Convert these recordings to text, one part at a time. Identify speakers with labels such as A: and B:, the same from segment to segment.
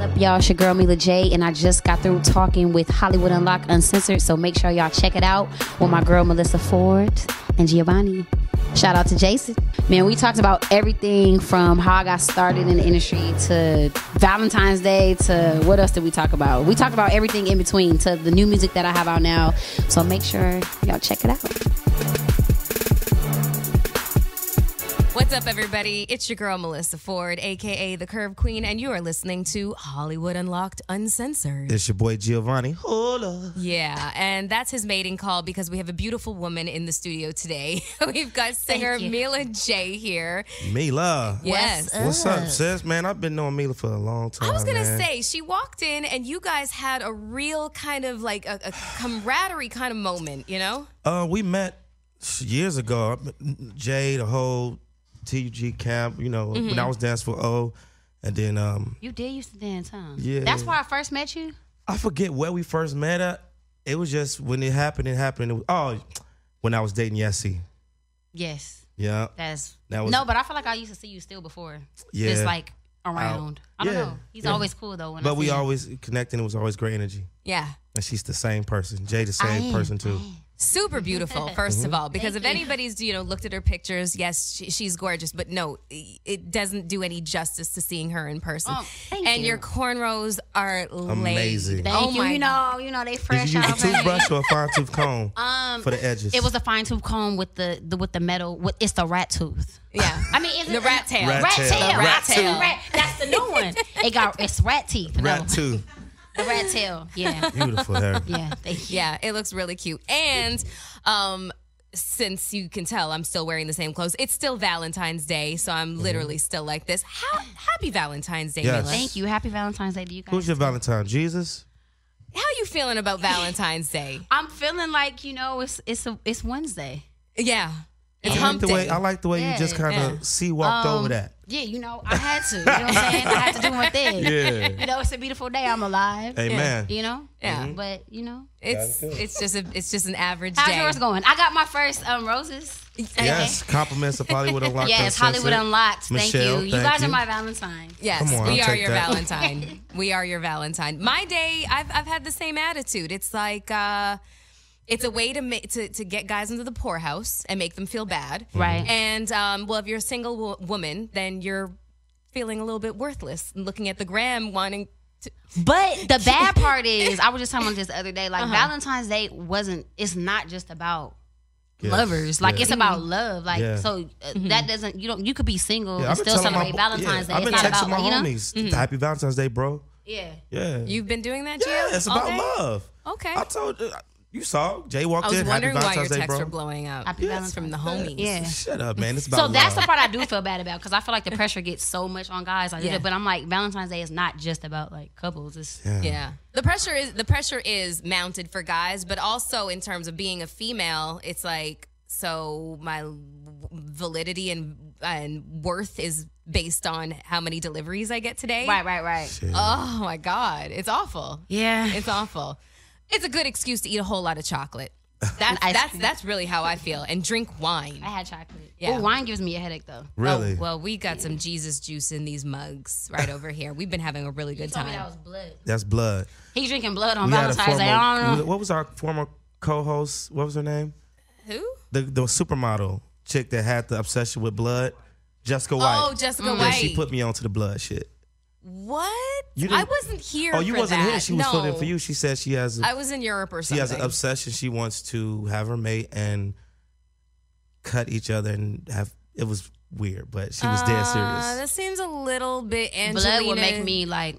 A: up, y'all? It's your girl Mila J, and I just got through talking with Hollywood Unlock Uncensored. So make sure y'all check it out with my girl Melissa Ford and Giovanni. Shout out to Jason. Man, we talked about everything from how I got started in the industry to Valentine's Day to what else did we talk about? We talked about everything in between to the new music that I have out now. So make sure y'all check it out.
B: What's up, everybody? It's your girl, Melissa Ford, aka The Curve Queen, and you are listening to Hollywood Unlocked Uncensored.
C: It's your boy Giovanni. Hola.
B: Yeah, and that's his mating call because we have a beautiful woman in the studio today. We've got singer
D: you.
B: Mila J here.
C: Mila.
B: Yes.
C: What's up, sis? Man, I've been knowing Mila for a long time.
B: I was gonna
C: man.
B: say she walked in and you guys had a real kind of like a, a camaraderie kind of moment, you know?
C: Uh, we met years ago. Jay, the whole TUG camp, you know, when I was dancing for O. And then um,
A: You did used to dance, huh?
C: Yeah.
A: That's where I first met you.
C: I forget where we first met at. It was just when it happened, it happened. It was, oh, when I was dating Yessie.
A: Yes,
C: Yeah.
A: that's
C: That was-
A: no, but I feel like I used to see you still before.
C: Yeah.
A: just like around. I don't
C: Yeah.
A: know. He's
C: Yeah.
A: always cool though. When I
C: But we
A: see him.
C: always connected. It was always great energy.
B: Yeah.
C: And she's the same person. Jay, the
A: I
C: same
A: am,
C: person,
A: I
C: too.
A: am.
B: super beautiful first
C: Mm-hmm.
B: of all because if anybody's you know looked at her pictures yes she, she's gorgeous but no it doesn't do any justice to seeing her in person
A: Oh, thank
B: and
A: you.
B: your cornrows are laid.
C: Amazing.
A: Thank
B: Oh
A: you.
B: my
A: You know, you know they
C: Did
A: fresh
C: you use a
A: out. man.
C: toothbrush or a fine tooth comb
A: Um,
C: for the edges?
A: It was a fine tooth comb with the, the with the metal. With, it's the rat tooth.
B: yeah
A: I mean, is
B: the
A: it-
B: rat tail
C: Rat
A: Rat,
C: tail.
A: tail.
B: rat
C: The
A: Rat
B: tail.
A: tail. Rat, that's the new one. It got it's rat teeth.
C: rat
A: no,
C: too.
A: the rat tail. Yeah,
C: Beautiful hair.
A: yeah. Thank you.
B: yeah it looks really cute and um since you can tell I'm still wearing the same clothes it's still Valentine's Day so I'm literally still like this ha- happy Valentine's Day
C: Mm-hmm. Yes.
B: Mila.
A: Thank you. Happy Valentine's Day to you guys.
C: Who's your Valentine? Jesus?
B: how you feeling about Valentine's Day
A: I'm feeling like you know it's it's a, it's Wednesday.
B: yeah it's
C: I like
B: hump
C: the way
B: day
C: I like the way you
A: Yeah, Um,
C: just kind
B: yeah.
C: of sea walked over that.
A: Yeah, you know I had to. You know what I'm saying? I had to do my thing.
C: Yeah.
A: You know it's a beautiful day. I'm alive.
C: Amen. Mm-hmm.
A: You know.
B: Yeah.
A: But you know,
B: it's it's just a it's just an average
A: how's
B: day
A: yours going? I got my first um roses.
C: Yes. Compliments of Hollywood Unlocked.
A: Yes, Hollywood
C: Uncensored.
A: Unlocked.
C: Michelle,
A: thank you. You
C: thank
A: guys
C: you.
A: are my Valentine.
B: Yes,
C: Come on,
B: we
C: I'll
B: are
C: take
B: your
C: that.
B: Valentine. we are your Valentine. My day, I've, I've had the same attitude. It's like uh, it's a way to, ma- to to get guys into the poorhouse and make them feel bad.
A: Right.
B: And um, well, if you're a single wo- woman, then you're feeling a little bit worthless, and looking at the gram, wanting. To,
A: But the bad part is, I was just talking about this the other day. Like Valentine's Day wasn't. It's not just about
C: Yes,
A: lovers. Like
C: yeah.
A: it's about love. Like
C: Yeah.
A: so uh, that doesn't. You don't. You could be single and
C: Yeah, I've been
A: still
C: telling my
A: celebrate
C: bo-
A: Valentine's
C: yeah,
A: Day.
C: I've
A: It's
C: been
A: not
C: texting
A: about Mm-hmm.
C: my
A: like, you know.
C: homies. Happy Valentine's Day, bro.
A: Yeah.
C: Yeah.
B: you've been doing that, Gio?
C: yeah, it's about
B: All day?
C: love.
B: Okay.
C: I told you. You saw Jay
B: I
C: walked
B: was
C: in. Happy
B: wondering why your
C: Valentine's Day,
B: texts were
C: bro.
B: blowing up.
A: Happy
B: That's from the homies.
A: Yeah.
C: Shut up, man. It's about
A: So that's the
C: love.
A: part I do feel bad about because I feel like the pressure gets so much on guys. Like,
B: Yeah.
A: but I'm like Valentine's Day is not just about like couples. It's
B: Yeah. The pressure is the pressure is mounted for guys, but also in terms of being a female, it's like so my validity and and worth is based on how many deliveries I get today.
A: right, right, right.
B: Oh my god, it's awful.
A: Yeah.
B: It's awful. It's a good excuse to eat a whole lot of chocolate. That's
A: ice
B: that's
A: cream.
B: that's really how I feel and drink wine.
A: I had chocolate.
B: Yeah.
A: Ooh, wine gives me a headache though.
C: Really?
B: Oh, well, we got some Jesus juice in these mugs right over here. We've been having a really good
A: Tell me that
B: time.
A: was blood.
C: that's blood.
A: He's drinking blood on
C: We had a
A: Valentine's Day. I don't know.
C: former. What was our former co-host? What was her name?
B: Who?
C: The the supermodel chick that had the obsession with blood, Jessica White.
B: Oh, Jessica
C: Yeah,
B: White.
C: she put me onto the blood shit.
B: What?
C: You
B: I
C: didn't-
B: wasn't here.
C: Oh, you
B: for
C: wasn't
B: that.
C: here. She was
B: no.
C: filling for you. She said she has a,
B: I was in Europe or
C: she
B: something.
C: has an obsession. She wants to have her mate and cut each other and have. It was weird, but she was dead
B: Uh,
C: serious.
B: that seems a little bit Angelina.
A: blood would make me like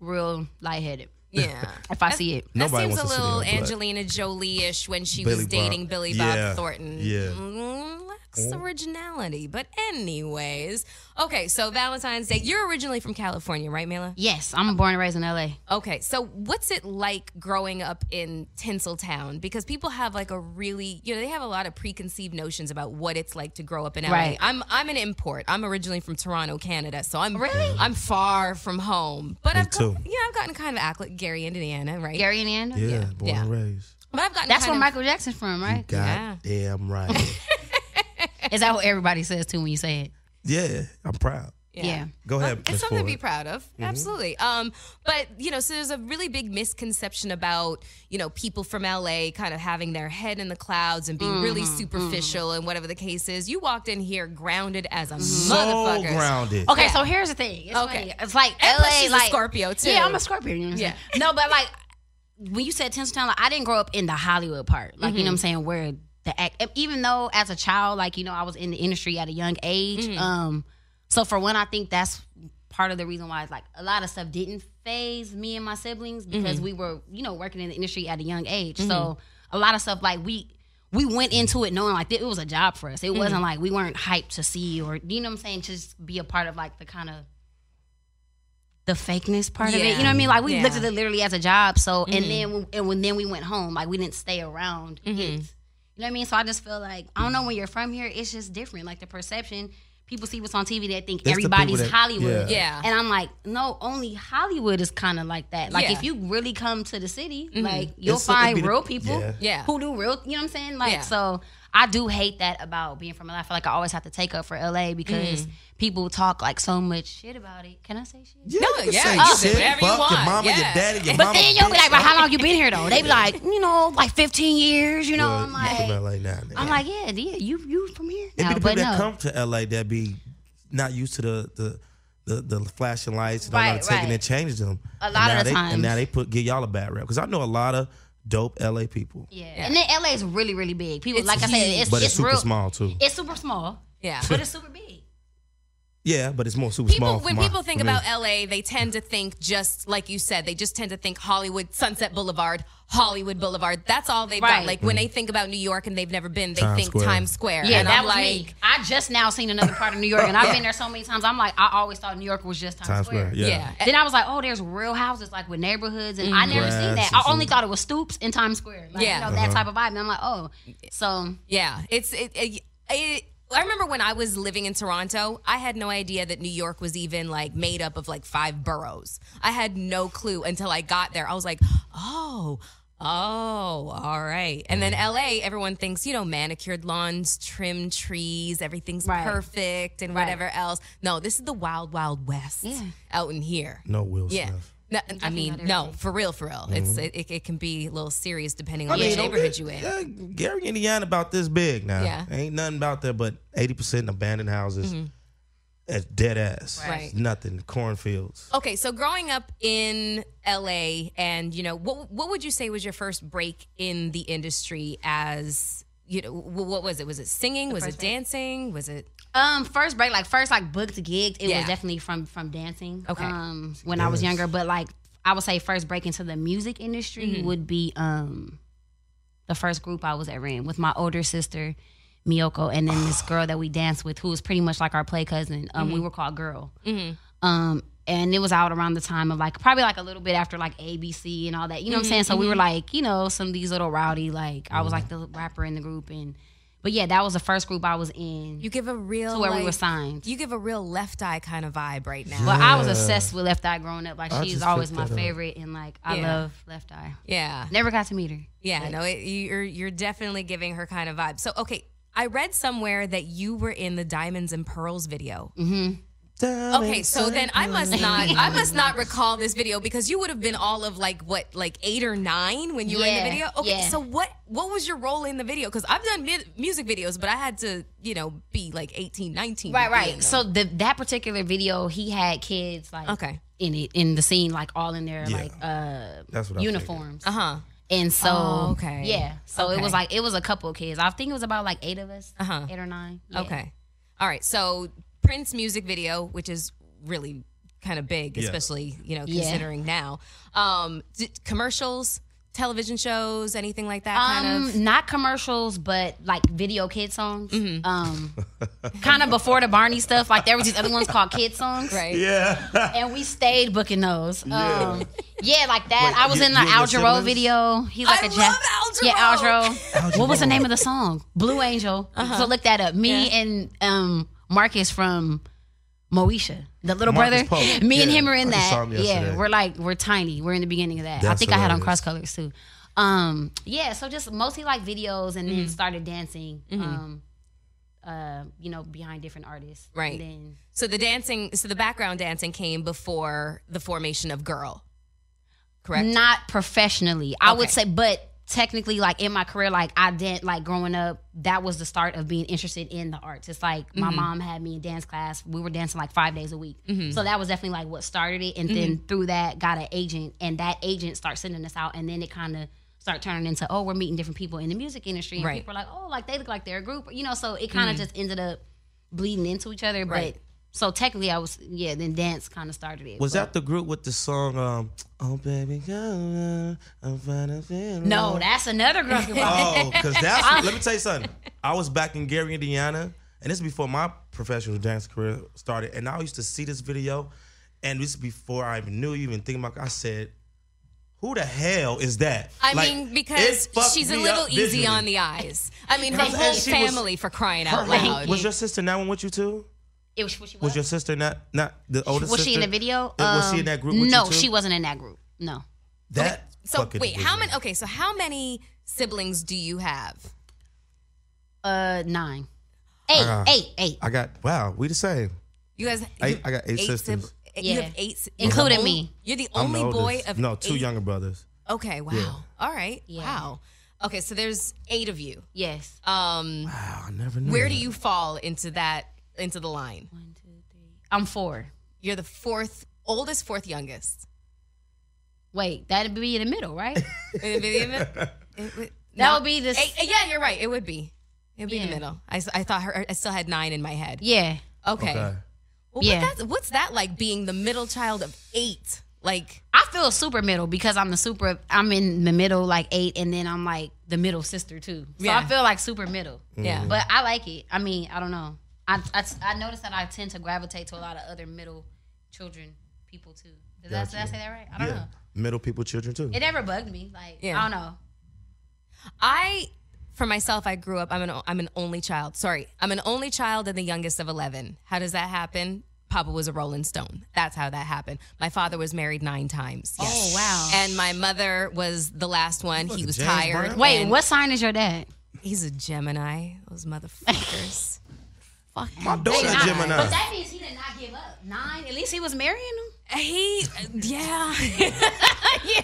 A: real lightheaded
B: Yeah.
A: if I see it.
B: That
C: Nobody
B: seems a
C: wants to sit in
B: little
C: on blood.
B: Angelina Jolie-ish when she
C: Billy
B: was
C: Bob-
B: dating Billy Bob
C: Yeah.
B: Thornton.
C: Yeah.
B: Mm, lacks originality, but anyways, okay. So Valentine's Day. You're originally from California, right, Mila?
A: Yes, I'm born and raised in LA.
B: Okay, so what's it like growing up in Tinseltown? Because people have like a really, you know, they have a lot of preconceived notions about what it's like to grow up in LA.
A: Right.
B: I'm I'm an import. I'm originally from Toronto, Canada, so I'm I'm far from home. But I've
C: too.
B: Got, you know, I've gotten kind of acclimated. Gary, Indiana, right?
A: Gary and Anna.
C: yeah,
B: yeah,
C: born
B: yeah.
C: and raised.
B: But I've gotten
A: That's where
B: kind of-
A: Michael Jackson's from, right?
B: Yeah.
C: God damn right.
A: Is that what everybody says too when you say it?
C: yeah, I'm proud.
E: Yeah.
C: Go ahead.
B: It's
C: Ms.
B: something to be
C: Ford.
B: proud of.
C: Mm-hmm.
B: Absolutely. Um, but you know, so there's a really big misconception about, you know, people from LA kind of having their head in the clouds and being really superficial and whatever the case is. You walked in here grounded as a
C: So
B: motherfucker.
C: grounded.
A: Okay,
B: Yeah.
A: so here's the thing. It's
B: Okay.
A: funny. It's like
B: And
A: LA,
B: plus she's a
A: like
B: Scorpio, too.
A: Yeah, I'm a Scorpio. You know what I'm
B: Yeah.
A: saying? No, but like when you said Tinseltown, like I didn't grow up in the Hollywood part. Like you know what I'm saying, where the act. e, Even though as a child, like you know, I was in the industry at a young age. Um, so for one, I think that's part of the reason why it's like a lot of stuff didn't phase me and my siblings because we were you know working in the industry at a young age. So a lot of stuff like we. We went into it knowing like it was a job for us. It wasn't like we weren't hyped to see or you know what I'm saying, just be a part of like the kind of the fakeness part of it. You know what I mean? Like we
B: Yeah. Mm-hmm.
A: looked at it literally as a job. So and then when- and when then we went home, like we didn't stay around it. You know what I mean? So I just feel like I don't know when you're from here, it's just different. Like the perception, people see what's on TV, they think
C: the people
A: everybody's
C: that-
A: Hollywood.
B: yeah. Yeah.
A: And I'm like, no, only Hollywood is kind of like that. Like
B: Yeah. Mm-hmm.
A: if you really come to the city, like you'll
C: It's- it'd
A: find
C: be the-
A: real people
C: yeah.
B: Yeah.
A: who do real. You know what I'm saying? Like
B: Yeah.
A: so. I do hate that about being from LA. I feel like I always have to take up for LA because
B: Mm-hmm.
A: people talk like so much shit about it. Can I say shit?
C: Yeah,
B: No,
C: you can
B: yeah,
C: say
B: you can
C: shit,
B: do whatever you
C: fuck your
B: want.
C: mama, your
B: Yeah.
C: daddy, your
A: But
C: mama.
A: then you'll be
C: bitch.
A: like, but how long you been here though? They be like, you know, like 15 years. You know,
C: Well,
A: I'm
C: you
A: like,
C: from LA now. nigga.
A: I'm like, yeah, yeah, you you from here?
C: It
A: No,
C: be the people
A: but
C: that
A: no.
B: uh,
C: come to LA that be not used to the the the, the flashing lights and all
A: Right,
C: that taking
A: right.
C: and changes them.
A: A
C: And
A: lot
C: now
A: of the
C: they,
A: times.
C: And now they put give y'all a bad rap because I know a lot of dope LA people,
A: yeah. and then LA is really really big. People, like I said, it's,
C: but it's,
A: it's
C: super
A: real.
C: small too.
A: It's super small,
B: Yeah.
A: but it's super big.
C: yeah, but it's more super small.
B: People,
C: for
B: when
C: my-
B: people think
C: for me.
B: about LA, they tend to think just like you said. They just tend to think Hollywood, Sunset Boulevard, Hollywood Boulevard. That's all they've got.
A: Right.
B: Like when they think about New York and they've never been, they
C: Times
B: think
C: Square.
B: Times Square.
A: Yeah,
B: and
A: that
B: I'm
A: was
B: like,
A: me. I just now seen another part of New York, and I've been there so many times. I'm like, I always thought New York was just Times,
C: Times Square,
A: Square.
C: yeah.
B: Yeah.
A: Then I was like, oh, there's real houses like with neighborhoods, and I never seen
C: Grass
A: that.
C: and Uh-huh.
A: I only
C: shit.
A: thought it was Stoops in Times Square, like,
B: Yeah.
A: you know, that type of vibe. And I'm like, oh, so
B: Yeah, it's it. it, it I remember when I was living in Toronto, I had no idea that New York was even like made up of like five boroughs. I had no clue until I got there. I was like, oh, oh, all right. And
A: Mm-hmm.
B: then LA, everyone thinks, you know, manicured lawns, trimmed trees, everything's
A: Right.
B: perfect and
A: Right.
B: whatever else. No, this is the wild, wild west
A: Yeah.
B: out in here.
C: no Will
B: Yeah.
C: Smith.
B: No, I
A: Definitely
B: mean,
A: not
B: no,
A: everything.
B: for real, for real. It's it, it, it can be a little serious depending on
C: I mean,
B: which
C: don't
B: neighborhood
C: get-
B: you in.
C: Yeah, Gary, Indiana, about this big now.
B: Yeah. Mm-hmm.
C: ain't nothing about there but eighty percent abandoned houses. That's dead ass.
B: Right.
C: Nothing. Cornfields.
B: Okay, so growing up in LA, and you know, what what would you say was your first break in the industry? As you know, wh- what was it? Was it singing? was it dancing? Was it?
A: Um, first break, like first like booked gigs, it
B: Yeah.
A: was definitely from from dancing.
B: Okay.
A: Um, when I was
C: Yes.
A: younger, but like I would say first break into the music industry
B: Mm-hmm.
A: would be um the first group I was ever in with my older sister Miyoko, and then this girl that we danced with who was pretty much like our play cousin. Um,
B: Mm-hmm.
A: we were called Girl. Um, and it was out around the time of like probably like a little bit after like ABC and all that. You know what I'm saying? So
B: Mm-hmm.
A: we were like, you know, some of these little rowdy like I was like the rapper in the group and. But yeah, that was the first group I was in
B: You give a real
A: to where we
B: like,
A: were signed.
B: You give a real left eye kind of vibe right now.
A: but I was obsessed with Left Eye growing up. Like
C: I
A: she's
C: just
A: always
C: picked
A: my
C: that up.
A: favorite, and like I
B: Yeah.
A: love Left Eye.
B: yeah,
A: Never got to meet her.
B: yeah. No, it, you're you're definitely giving her kind of vibe. So okay, I read somewhere that you were in the Diamonds and Pearls video. Okay, so then I must not I must not recall this video because you would have been all of like what like 8 or 9 when you were in the
A: Yeah,
B: video. Okay,
A: yeah.
B: so what what was your role in the video cuz I've done mu- music videos but I had to, you know, be like 18, 19. to
A: Right,
B: be in
A: right.
B: them.
A: So the that particular video, he had kids like
B: Okay.
A: in it in the scene, like all in their
C: Yeah.
A: like uh
C: That's what I figured.
A: uniforms.
B: uh-huh.
A: And so,
B: Oh, okay.
A: yeah. So
B: Okay.
A: it was like it was a couple of kids. I think it was about like eight of us,
B: Uh-huh.
A: eight or nine. Yeah.
B: Okay. All right. So Prince music video, which is really kind of big,
C: Yeah.
B: especially you know
A: Yeah.
B: considering now. Um, d- commercials, television shows, anything like that. kind
A: Um,
B: of.
A: not commercials, but like video kid songs. Um, kind of before the Barney stuff. Like there was these other ones called kid songs,
B: Right.
C: Yeah.
A: and we stayed booking those.
C: Yeah.
A: Um, yeah, like that.
C: Wait,
A: I was
C: you-
A: in the
C: you and your
A: Al Jarreau
C: siblings?
A: video. He's like
B: I
A: a
B: love
A: Jap-
B: Al Jarreau.
A: Yeah, Al Jarreau.
C: Al
A: what was the
C: Jarreau.
A: name of the song? Blue Angel.
B: Uh-huh.
A: So look that up. Me and um, Marcus from Moesha, the little
C: Marcus
A: brother.
C: Pope.
A: Me and
C: Yeah,
A: him are in
C: I just saw
A: that.
C: him yesterday.
A: Yeah, we're like we're tiny. We're in the beginning of that. I
C: That's
A: think I had on cross
C: hilarious.
A: colors too.
B: Mm-hmm.
A: Um, yeah, so just mostly like videos, and then started dancing. Um, uh, you know, behind different artists.
B: Right.
A: And then
B: So the dancing, so the background dancing came before the formation of Girl, correct?
A: Not professionally, I would
B: Okay.
A: say, but technically, like in my career, like I did, like growing up, that was the start of being interested in the arts. It's like
B: Mm-hmm.
A: my mom had me in dance class. We were dancing like five days a week, so that was definitely like what started it. And
B: Mm-hmm.
A: then through that, got an agent, and that agent started sending us out, and then it kind of started turning into oh, we're meeting different people in the music industry, and
B: Right. Mm-hmm.
A: people are like oh, like they look like they're a group, you know. So it kind of just ended up bleeding into each other,
B: Right.
A: but. So technically, I was yeah. Then dance kind of started it.
C: Was
A: but-
C: that the group with the song um, "Oh Baby Go"? on, I'm finna feel
A: No,
C: it"?
A: that's another grumpy ball.
C: Oh, because that's. let me tell you something. I was back in Gary, Indiana, and this is before my professional dance career started. And I used to see this video, and this is before I even knew you, even thinking about. I said, "Who the hell is that?"
B: I
C: Like,
B: mean,
C: it
B: because
C: fucked
B: she's a
C: me
B: little
C: up
B: easy on
C: visually.
B: the eyes. I mean, her
C: And
B: whole
C: she was-
B: family for crying
C: Her-
B: out
C: her-
B: loud.
C: Was your sister in that one with you too?
A: It was, was she
C: Was
A: what?
C: your sister not not the oldest?
A: was she in the
C: sister?
A: video?
C: Uh, was she
A: Um,
C: in that group? With
A: no,
C: you too?
A: she wasn't in that group. No,
C: That.
B: So
C: fucking
B: wait, how
C: visually.
B: many? Okay, so how many siblings do you have?
A: uh, nine, eight,
C: Uh,
A: eight, eight,
C: I got. Wow, we the same.
B: You guys,
C: Eight- I got eight sisters.
B: sib- You have
A: Yeah.
B: eight, si-
A: Including
B: you're the
A: me.
B: only- You're the
C: I'm the
B: only boy
C: oldest.
B: of
C: no two
B: eight-
C: younger brothers.
B: Okay, wow. All right, wow. Okay, so there's eight of you.
A: Yes,
B: Um,
C: Wow, Ah, I never knew.
B: where do
C: that.
B: you fall into that into the line?
A: I'm four.
B: You're the fourth oldest, fourth youngest.
A: Wait, that'd be in the middle, right?
B: It'd be the mid- it would-
A: That
B: no.
A: would be this.
B: Eh, eh, yeah, you're right. It would be. It would be the
A: Yeah.
B: middle. I, s- I thought her. I still had nine in my head.
A: Yeah,
B: Okay.
C: Okay.
B: Well,
A: Yeah.
B: what that's, what's that like being the middle child of eight? Like,
A: I feel super middle because I'm the super. I'm in the middle, like eight, and then I'm like the middle sister too. So I
B: Yeah.
A: feel like super middle.
C: Mm-hmm.
B: yeah.
A: But I like it. I mean, I don't know. I, I, I noticed that I tend to gravitate to a lot of other middle children people too. Did, I, did I
C: Gotcha.
A: say that right? I
C: Yeah.
A: don't know.
C: Middle people, children too.
A: It never bugged me. Like
B: Yeah.
A: I don't know.
B: I, for myself, I grew up. I'm an I'm an only child. Sorry, I'm an only child and the youngest of eleven. How does that happen? Papa was a Rolling Stone. That's how that happened. My father was married nine times. Yes.
A: Oh wow.
B: And my mother was the last one. He
C: at
B: was
C: James
B: tired.
C: Brown.
A: Wait,
B: and-
A: what sign is your dad?
B: He's a Gemini. Those motherfuckers. Fuck.
C: My daughter
A: Nah,
C: Gemini.
A: But that means he did not give up. Nine. At least he was marrying him.
B: He, yeah.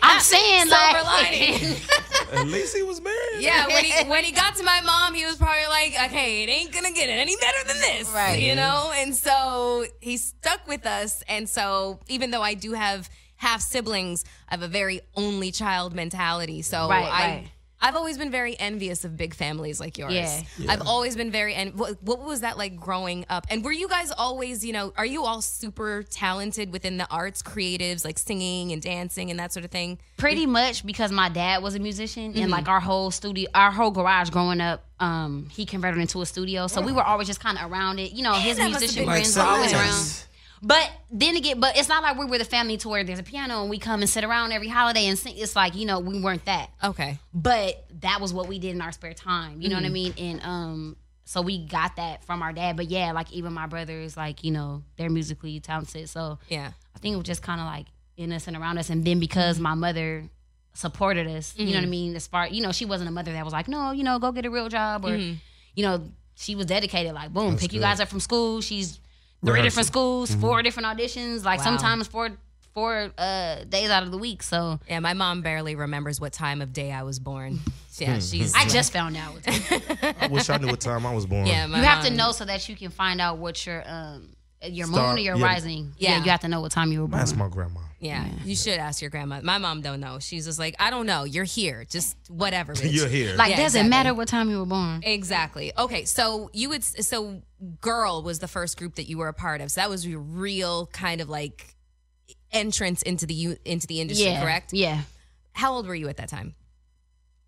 A: I'm saying
B: Silver
A: like
B: lining.
C: At least he was married.
B: yeah, when he when he got to my mom, he was probably like, "Okay, it ain't gonna get any better than this,"
A: Right.
B: You know. And so he stuck with us. And so even though I do have half siblings, I have a very only child mentality. So
A: Right,
B: I.
A: right.
B: I've always been very envious of big families like yours.
A: Yeah.
B: I've always been very en- what, what was that like growing up? And were you guys always, you know, are you all super talented within the arts, creatives like singing and dancing and that sort of thing?
A: pretty much because my dad was a musician and like our whole studio, our whole garage growing up, um, he converted into a studio. So we were always just kind of around it. You know, his
B: that must have
A: musician
B: been
C: Like
A: friends were always around.
C: sometimes-
A: But then again, but it's not like we were the family to where there's a piano and we come and sit around every holiday and sing. It's like you know we weren't that.
B: Okay.
A: but that was what we did in our spare time you know what i mean and um so we got that from our dad but yeah like even my brothers like you know they're musically talented so
B: Yeah.
A: i think it was just kind of like in us and around us and then because my mother supported us you know what i mean as far you know she wasn't a mother that was like no you know go get a real job or you know she was dedicated like boom pick you
C: good.
A: guys up from school she's three
C: Rehearsal.
A: different schools four different auditions like sometimes four four uh days out of the week so
B: Yeah, my mom barely remembers what time of day I was born.
C: Hmm.
B: Yeah, she's.
A: i just found out
C: I wish I knew what time I was born.
B: yeah, my
A: you have to
B: mom-
A: know so that you can find out what your um your
C: Star-
A: moon or your
C: yeah.
A: rising. Yeah.
B: Yeah.
A: you have to know what time you were born.
C: That's my grandma.
B: Yeah, you should ask your grandma. My mom don't know. She's just like, I don't know. You're here. Just whatever. bitch."
C: You're here.
A: like
B: Yeah,
A: doesn't
B: exactly.
A: matter what time you were born.
B: Exactly. Okay, so you would. So, girl was the first group that you were a part of. So that was your real kind of like entrance into the u- into the industry.
A: yeah,
B: Correct.
A: Yeah,
B: How old were you at that time?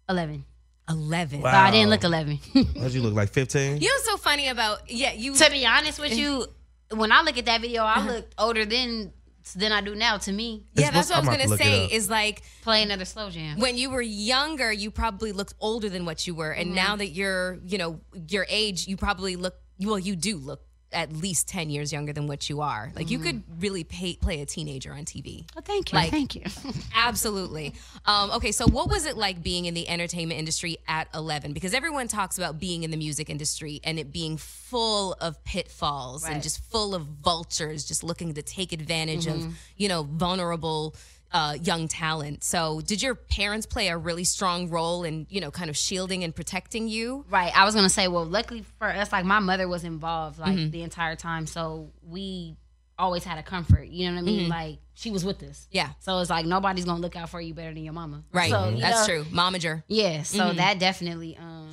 A: eleven.
B: Eleven.
C: Wow.
A: But I didn't look eleven.
C: How'd you look? Like 15?
B: You know, what's so funny about yeah. You
A: to be honest with you, when I look at that video, I looked older than than I do now. To me,
B: yeah.
C: It's-
B: That's what I
C: I'm
B: was
C: about to
B: gonna
C: look it
B: say.
C: up.
B: Is like
A: play another slow jam.
B: when you were younger, you probably looked older than what you were, and now that you're, you know, your age, you probably look. Well, you do look at least 10 years younger than what you are. Like you could really pay, play a teenager on TV.
A: Oh, thank you.
B: Like-
A: thank you.
B: Absolutely. Um, okay, so what was it like being in the entertainment industry at 11? Because everyone talks about being in the music industry and it being full of pitfalls and
A: Right.
B: just full of vultures just looking to take advantage
A: Mm-hmm.
B: of, you know, vulnerable uh, young talent. So, did your parents play a really strong role in, you know, kind of shielding and protecting you?
A: Right. I was gonna say, well, luckily for us, like my mother was involved like the entire time, so we always had a comfort. You know what I mean? Like she was with us.
B: Yeah.
A: So it's like nobody's gonna look out for you better than your mama.
B: Right.
A: So, you
B: That's
A: know,
B: true. Momager.
A: Yeah. So that definitely um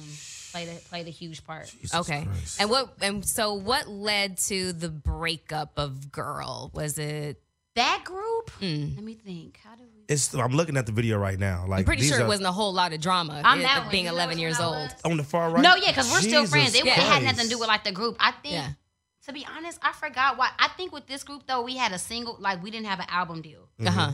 A: played a, played a huge part.
B: Okay.
C: Christ.
B: And what and so what led to the breakup of Girl? Was it mm,
A: That group. Let me think. How do we?
C: It's, I'm looking at the video right now. Like
B: I'm pretty
C: these
B: sure
C: are-
B: it wasn't a whole lot of drama.
A: I'm
B: it-
A: that one.
B: being
A: You know
B: 11
A: which
B: years
A: one I
B: old.
A: was?
C: on the far Oh, right.
A: No, yeah, because we're still
C: Jesus
A: friends. It, it had
C: Christ.
A: nothing to do with like the group. I think.
B: Yeah.
A: To be honest, I forgot why. I think with this group though, we had a single. Like we didn't have an album deal.
B: Uh huh.
C: Mm-hmm.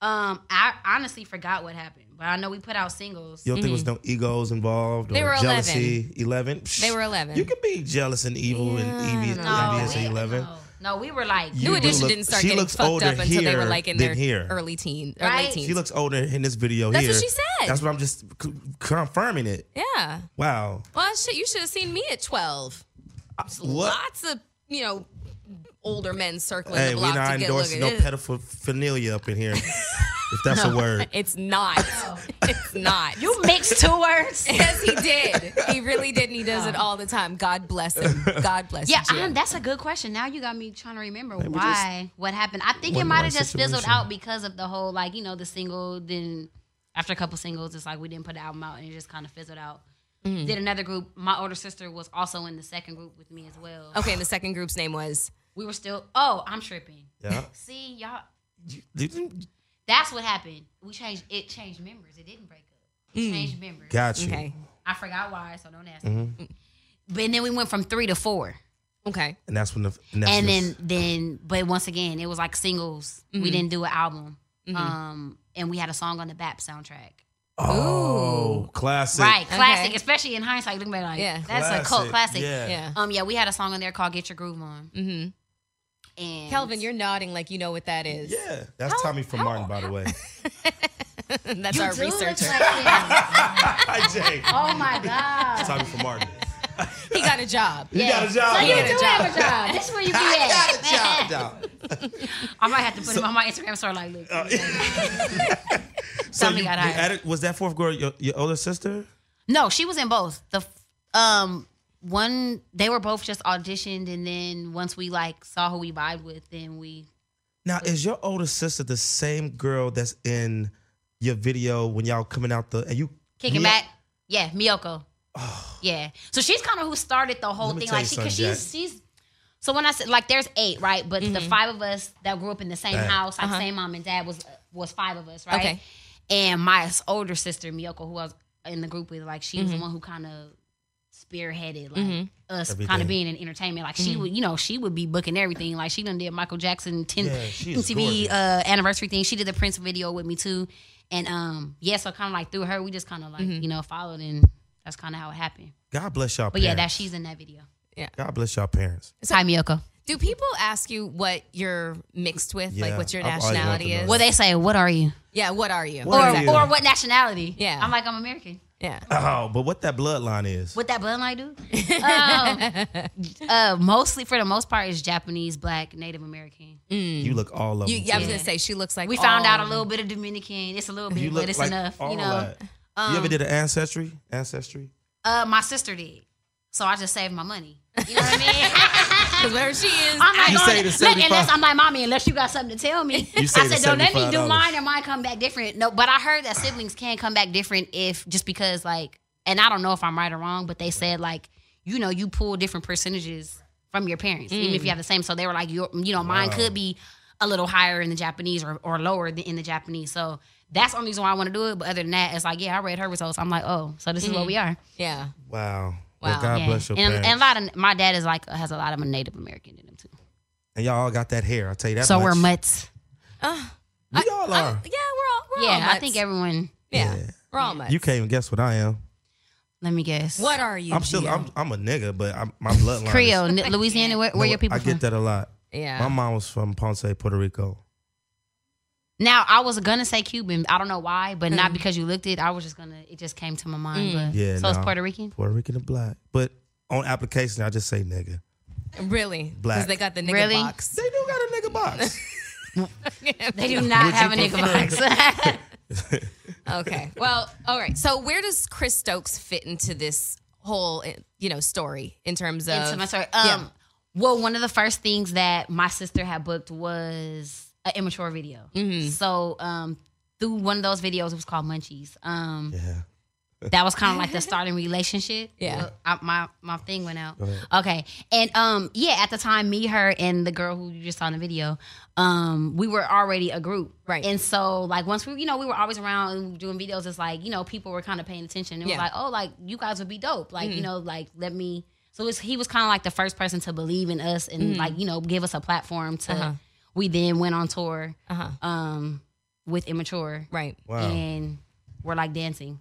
A: Um, I honestly forgot what happened, but I know we put out singles.
C: You don't think there was no egos involved
B: Mm-hmm.
C: or
B: They were 11.
C: jealousy? 11? Psh,
B: They were 11.
C: You could be jealous and evil and
B: Yeah,
C: envious,
A: No,
C: envious
A: we,
C: at 11.
A: no, no, we were like,
C: You
B: New
C: would
B: Edition
C: look-
B: didn't start
C: she
B: getting
C: looks
B: fucked
C: older
B: up until they were
C: here
B: like in
C: than
B: their
C: here.
B: early teens.
A: Right?
B: Early teens.
C: She looks older in this video
B: That's
C: here.
B: what she said.
C: That's what I'm just c- confirming it.
B: yeah.
C: Wow.
B: Well, shit, you should have seen me at 12.
C: What?
B: Lots of, you know, older men circling
C: Hey,
B: the
C: we're
B: block
C: not
B: to get
C: endorsing
B: looking.
C: no pedophilia up in here, if that's a word.
B: it's not. it's not.
A: you mixed two words.
B: Yes, he did. He really did, and he does it all the time. God bless him. God bless
A: Yeah,
B: you, Gia.
A: um, that's a good question. Now you got me trying to remember
C: me
A: why what happened. I think it
C: one
A: might have
C: more
A: just fizzled
C: situation.
A: out because of the whole like you know the single. Then after a couple singles, it's like we didn't put the album out and it just kind of fizzled out.
C: Mm-hmm.
A: Did another group. My older sister was also in the second group with me as well.
C: Oh.
B: Okay, and the second group's name was.
A: We were still. Oh, I'm tripping.
C: Yeah.
A: See y'all.
C: You-
A: That's what happened. We changed. It changed members. It didn't break up. It changed members.
C: Mm. Got Mm-hmm. you.
B: Okay.
A: I forgot why, so don't ask. me. But and then we went from three to four,
B: Okay.
C: And that's when the. And, that's
A: and
C: when-
A: then then but once again it was like singles. We didn't do an album, um, and we had a song on the BAP soundtrack.
C: Oh, classic.
A: right, classic,
B: Okay.
A: especially in hindsight, looking back like
B: Yeah.
A: that's a cult classic.
C: Yeah.
B: Yeah.
A: Um, yeah, we had a song on there called "Get Your Groove On,"
B: Mm-hmm.
A: and
B: Kelvin, you're nodding like you know what that is.
C: Yeah. That's Tommy from Martin, by the way.
B: That's
A: You
B: our
A: do look
B: researcher.
A: like him.
C: Hi, Jay.
A: oh my god,
C: Tommy from Martin.
B: he got a job.
C: You got a job.
A: So you
B: got
A: do
B: a
A: have a job. This is where you be at.
C: Got a job. dog.
A: I might have to put him on my Instagram story. Like, look,
C: So
A: Tommy
C: you-
A: got
C: you
A: hired.
C: added- was that fourth girl your, your older sister?
A: No, she was in both. The f- um one they were both just auditioned and then once we like saw who we vibed with, then we
C: Now, is your older sister the same girl that's in your video when y'all coming out the and you
A: kicking
C: Mio-
A: back. Yeah, Miyoko. Yeah. So she's kind of who started the whole
C: Let me
A: thing.
C: tell
A: Like
C: you
A: she cause
C: something,
A: she's she's so when I said like there's eight, right? But the five of us that grew up in the same
C: Right.
A: house, like same mom and dad was was five of us, right?
B: Okay.
A: And my older sister Miyoko, who I was in the group with, like she was the one who kind of spearheaded like us kind
C: Everything.
A: of being in entertainment. Like she would, you know, she would be booking everything. Like she done did Michael Jackson 10
C: Yeah, she is
A: MTV
C: gorgeous.
A: uh, anniversary thing. She did the Prince video with me too. And um, yeah, so kind of like through her, we just kind of like you know followed, and that's kind of how it happened.
C: God bless y'all.
A: But yeah, that
C: parents.
A: she's in that video.
C: God bless y'all parents.
A: Hi Miyoko.
B: Do people ask you what you're mixed with?
C: Yeah,
B: like what your
C: I've always wanted to
B: nationality
C: know
B: is?
C: that.
A: Well, they say, "What are you?"
B: yeah, what are you?
C: What
A: or
C: are you?
A: or what nationality?
B: Yeah.
A: I'm like I'm American.
B: yeah.
C: Oh, but what that bloodline is?
A: What that bloodline do? um, uh, mostly for the most part is Japanese, Black, Native American.
C: You look all of
B: You,
C: them.
B: yeah, I was
C: too.
B: going to say, she looks like
A: We found
B: all-
A: out a little bit of Dominican. It's a little bit,
C: Oh. You
A: but it's enough.
C: all
A: You know, Um,
C: that. you ever did an ancestry? Ancestry?
A: uh, my sister did, so I just saved my money. You know what I mean?
B: 'Cause wherever she is,
A: I'm
B: I-
A: not
C: You
A: going
C: say the
A: to, look, unless
C: 75
A: I'm like, mommy, unless you got something to tell me.
C: You say
A: I
C: the
A: said, don't let me do
C: $75.
A: mine and mine come back different. No, but I heard that siblings can come back different if just because like, and I don't know if I'm right or wrong, but they said like, you know, you pull different percentages from your parents, even if you have the same. So they were like, your, you know, mine
C: Wow.
A: could be a little higher in the Japanese or, or lower than in the Japanese. So that's the only reason why I want to do it. But other than that, it's like, yeah, I read her results. I'm like, oh, so this is what we are.
B: yeah.
C: Wow. Well,
B: Wow.
C: God
A: Yeah.
C: bless your
A: and,
C: parents.
A: and a lot of my dad is like has a lot of Native American in him too.
C: And y'all all got that hair. I tell you that.
A: So we're
C: much.
A: mutts.
C: we
B: I-
C: all are.
A: Oh,
B: yeah, we're all, we're all
A: Yeah, I
B: nuts.
A: think everyone.
B: yeah.
C: Yeah.
B: We're all much.
C: You can't even guess what I am.
A: Let me guess.
B: What are you?
C: I'm still,
B: Gio?
C: I'm, I'm a nigga, but I'm, my bloodline. is,
A: Creole, Ni- Louisiana. Where, where
C: No,
A: your people
C: I
A: from?
C: get that a lot.
B: yeah.
C: My mom was from Ponce, Puerto Rico.
A: Now I was gonna say Cuban. I don't know why, but not because you looked it. I was just gonna. It just came to my mind. But
C: Yeah,
A: so it's
C: nah.
A: Puerto Rican.
C: Puerto Rican and black. But on application, I just say nigga.
B: Really?
C: Black.
B: Because they got the nigga
A: Really?
B: box.
C: They do got a nigga box.
A: They do not
C: Would
A: have a
C: you
A: nigga box.
B: okay. Well, all right. So where does Chris Stokes fit into this whole, eh, you know, story in terms of
A: into my story. Um,
B: Yeah.
A: Well, one of the first things that my sister had booked was an immature video. So um, through one of those videos, it was called Munchies. Um,
C: yeah.
A: that was kind of like the starting relationship.
B: Yeah.
A: Well, I, my my thing went out.
C: ahead.
A: Okay, and um, yeah, at the time, me, her, and the girl who you just saw in the video, um, we were already a group,
B: Right.
A: And so like once we, you know, we were always around and doing videos. It's like you know, people were kind of paying attention. It was
B: Yeah. Mm.
A: like, oh, like you guys would be dope. Like you know, like let me. So it's, he was kind of like the first person to believe in us and like you know give us a platform to.
B: Mm. Uh-huh.
A: We then went on tour
B: uh-huh.
A: um, with Immature,
B: Right.
C: Wow.
A: and we're like dancing.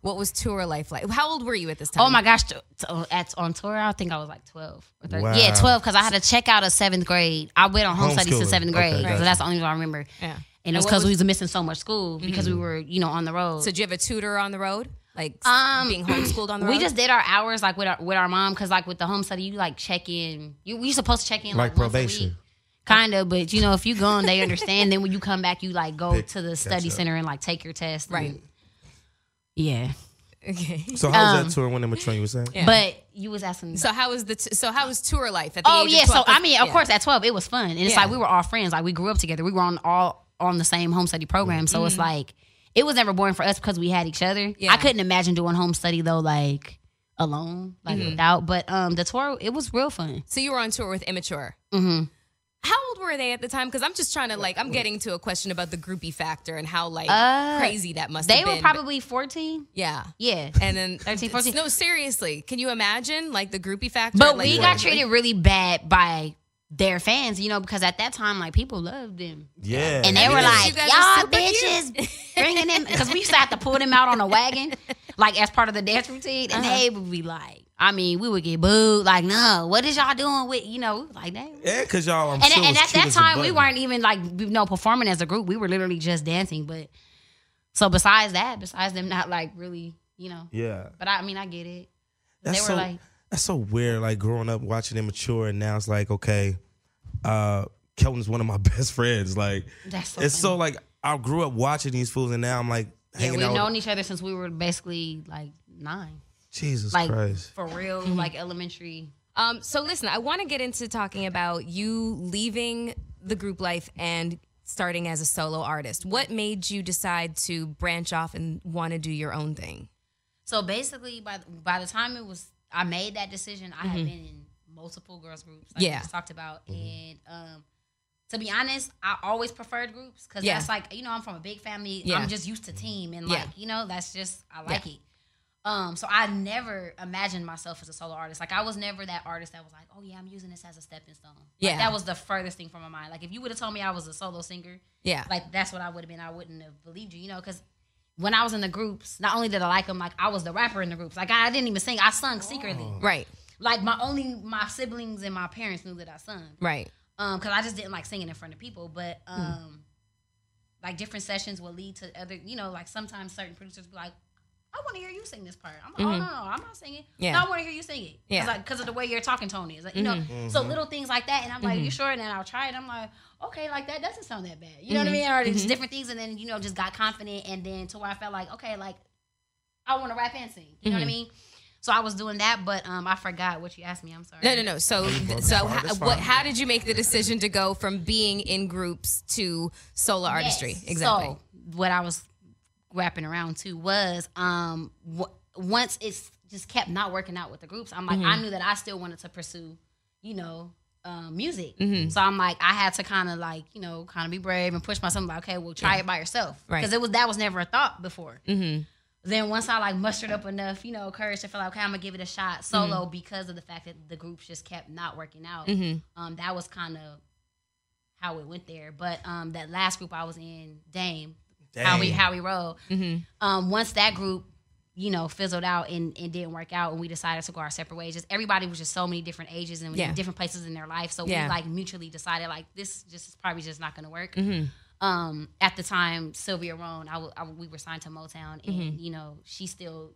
B: What was tour life like? How old were you at this time?
A: Oh my gosh! t- t- at on tour, I think I was like twelve or thirteen.
C: Wow.
A: Yeah, twelve because I had a check out of seventh grade. I went on home studies
C: Homeschooling.
A: since seventh
C: Okay,
A: grade,
C: gotcha.
A: so that's the only reason I remember.
B: Yeah.
A: And it was
B: what
A: because we
B: was-
A: was missing so much school because we
C: Mm-hmm.
A: were, you know, on the road.
B: So did you have a tutor on the road? Like
A: Um,
B: being homeschooled on the road?
A: we just did our hours like with our with our mom because like with the home study, you like check in. You we supposed to check in like,
C: Like probation.
A: Kind of, but you know, if you gone, they understand. then when you come back, you like go
C: Pick-
A: to the
C: catch
A: study
C: up.
A: center and like take your test.
B: Right.
A: and- yeah.
B: Okay.
C: So how was
A: Um,
C: that tour when immature? You were saying?
B: Yeah.
A: but you was asking.
B: So how was the t- so how was tour life at the
A: Oh
B: age
A: yeah,
B: of 12?
A: so I mean, of
B: Yeah.
A: course, at twelve it was fun, and it's
B: Yeah.
A: like we were all friends, like we grew up together. We were on all on the same home study program, so it's like it was never boring for us because we had each other.
B: Mm-hmm. Yeah.
A: I couldn't imagine doing home study though, like alone, like
B: Mm-hmm.
A: without. But um, the tour it was real fun.
B: So you were on tour with Immature.
A: hmm
B: How old were they at the time? Because I'm just trying to like I'm getting to a question about the groupie factor and how like
A: Uh,
B: crazy that must
A: They
B: have been.
A: were probably fourteen.
B: yeah.
A: Yeah.
B: And then uh,
A: 13, 14.
B: No, seriously, can you imagine like the groupie factor?
A: But
B: Like,
A: we got treated really bad by their fans, you know, because at that time, like people loved them.
C: Yeah.
A: And they were
B: Yeah.
A: like,
B: You guys are
A: y'all
B: super
A: bitches bringing them. Because we used to have to pull them out on a wagon, like as part of the dance routine. And
C: Uh-huh.
A: they would be like, I mean, we would get booed. Like, no, what is y'all doing with, you know, we was like that.
C: yeah, cause y'all. I'm
A: And,
C: sure
A: and
C: was
A: at
C: cute
A: that
C: as a
A: time, we
C: button.
A: weren't even like, you know, performing as a group. We were literally just dancing. But so besides that, besides them not like really, you know,
C: Yeah.
A: but I, I mean, I get it.
C: That's
A: they were
C: so,
A: like,
C: that's so weird. Like growing up, watching them mature, and now it's like, okay, uh, Kelton's one of my best friends. Like,
A: that's so
C: it's
A: funny.
C: so like I grew up watching these fools, and now I'm like
A: Yeah,
C: hanging
A: we've
C: out.
A: known each other since we were basically like nine,
C: Jesus
A: like
C: Christ.
A: for real,
C: Hmm.
A: like elementary.
B: Um, so listen, I want to get into talking about you leaving the group life and starting as a solo artist. What made you decide to branch off and want to do your own thing?
A: So basically, by by the time it was, I made that decision. I had been in multiple girls groups, like
B: Mm-hmm. Yeah.
A: we just talked about, and um, to be honest, I always preferred groups because
B: Yeah.
A: that's like you know I'm from a big family.
B: Yeah.
A: I'm just used to team, and
B: Yeah.
A: like you know that's just I like it. Um, so I never imagined myself as a solo artist. Like I was never that artist that was like, oh yeah, I'm using this as a stepping stone. Like,
B: Yeah.
A: that was the furthest thing from my mind. Like if you would have told me I was a solo singer,
B: Yeah.
A: like that's what I would have been. I wouldn't have believed you, you know, because when I was in the groups, not only did I like them, like I was the rapper in the groups. Like I, I didn't even sing; I sung secretly.
B: right.
A: Like my only my siblings and my parents knew that I sung,
B: Right.
A: um, because I just didn't like singing in front of people. But
B: Hmm.
A: um, like different sessions will lead to other, you know, like sometimes certain producers be like. I want to hear you sing this part. I'm like, oh no, no, I'm not singing.
B: Mm-hmm. Yeah.
A: No, I want to hear you sing it.
B: Yeah. Mm-hmm.
A: because of the way your talking tone is, like, you know. So little things like that, and I'm like, you sure? And then I'll try it. I'm like, okay, like that doesn't sound that bad. You
B: Mm-hmm.
A: know what I mean? Or just different things, and then you know, just got confident, and then to where I felt like, okay, like I want to rap and sing. You know
B: Mm-hmm.
A: what I mean? So I was doing that, but um, I forgot what you asked me. I'm sorry.
B: No, no, no. So, so how, what? How did you make the decision to go from being in groups to solo artistry?
A: Yes.
B: Exactly.
A: So what I was wrapping around to was um wh- once it's just kept not working out with the groups, I'm like
B: Mm-hmm.
A: I knew that I still wanted to pursue, you know, um, music.
B: Mm-hmm.
A: So I'm like I had to kind of like you know kind of be brave and push myself. Like okay, well try it by yourself
B: Right. Mm-hmm.
A: because it was that was never a thought before. Then once I like mustered up enough, you know, courage to feel like okay, I'm gonna give it a shot solo
B: Mm-hmm.
A: because of the fact that the groups just kept not working out. Um, that was kind of how it went there. But um, that last group I was in, Dame, how we
C: Dame.
B: Mm-hmm.
A: how we roll. Um, once that group you know, fizzled out and, and didn't work out, and we decided to go our separate ways. Just everybody was just so many different ages and
B: Yeah.
A: different places in their life, so
B: Yeah.
A: we like mutually decided like this just is probably just not going to work.
B: Mhm.
A: Um, at the time, Sylvia Roan, I w- I w- we were signed to Motown, and
B: Mm-hmm.
A: you know, she still,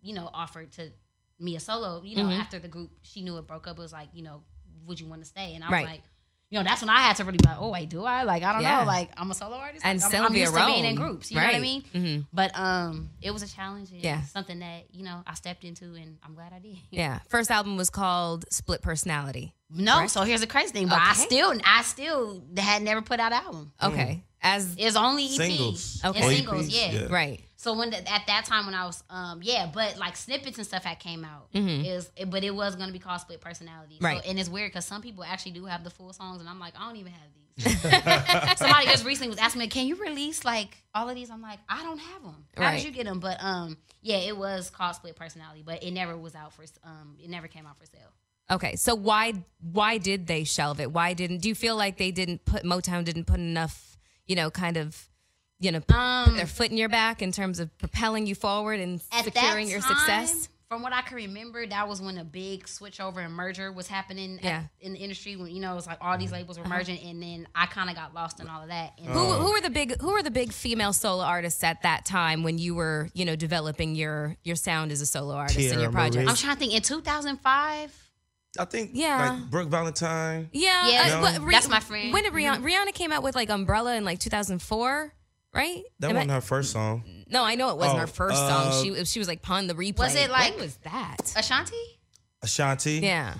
A: you know, offered to me a solo. You know,
B: Mhm.
A: after the group, she knew it broke up. It was like, you know, would you want to stay? And I was
B: Right.
A: like. You know, that's when I had to really be like, oh wait, do I? Like, I don't
B: Yeah.
A: know. Like, I'm a solo artist.
B: and
A: like, I'm, I'm
B: Sylvia
A: used
B: Roan.
A: to being in groups. You know what I
B: Right.
A: mean?
B: Mhm.
A: But um, it was a challenge. And
B: Yeah.
A: Something that you know I stepped into, and I'm glad I did.
B: Yeah. First album was called Split Personality.
A: No, so here's the crazy thing. But I
B: Okay.
A: still, I still had never put out an album.
B: Okay. As
A: It's only EPs.
C: Singles.
A: It's
B: Okay.
C: Or
A: singles.
C: EPs,
A: Yeah.
C: yeah.
B: right.
A: So when the, at that time when I was um yeah, but like snippets and stuff had came out.
B: Mhm.
A: Is it, but it was gonna be called split personality.
B: Right.
A: So, and it's weird because some people actually do have the full songs, and I'm like, I don't even have these. Somebody just recently was asking me, "Can you release like all of these?" I'm like, I don't have them. How
B: Right.
A: did you get them? But um, yeah, it was called split personality, but it never was out for um, it never came out for sale.
B: Okay. So why why did they shelve it? Why didn't do you feel like they didn't put Motown didn't put enough, you know, kind of you know, put
A: Um,
B: their foot in your back in terms of propelling you forward and
A: at
B: securing
A: that
B: your
A: time,
B: success?
A: From what I can remember, that was when a big switch over and merger was happening at-
B: Yeah. Uh-huh.
A: in the industry. When you know, it was like all these labels were merging, and then I kind of got lost in all of that. And
C: Oh.
B: Who, who were the big who were the big female solo artists at that time when you were you know developing your your sound as a solo artist and your
C: Tierra
B: project?
C: Marie.
A: I'm trying to think. In 2005,
C: I think
B: Yeah.
C: like Brooke Valentine.
B: Yeah,
A: Yeah,
B: uh,
A: No. that's my friend. Mm-hmm.
B: When did Rihanna, Rihanna came out with like Umbrella in like 2004, right?
C: That
B: Am I-
C: wasn't her first song.
B: no, I know it wasn't
C: Oh,
B: her first
C: uh,
B: song. She was- she was like pawn the replay.
A: it, like-
B: when was that?
A: Ashanti.
C: Ashanti.
B: Yeah,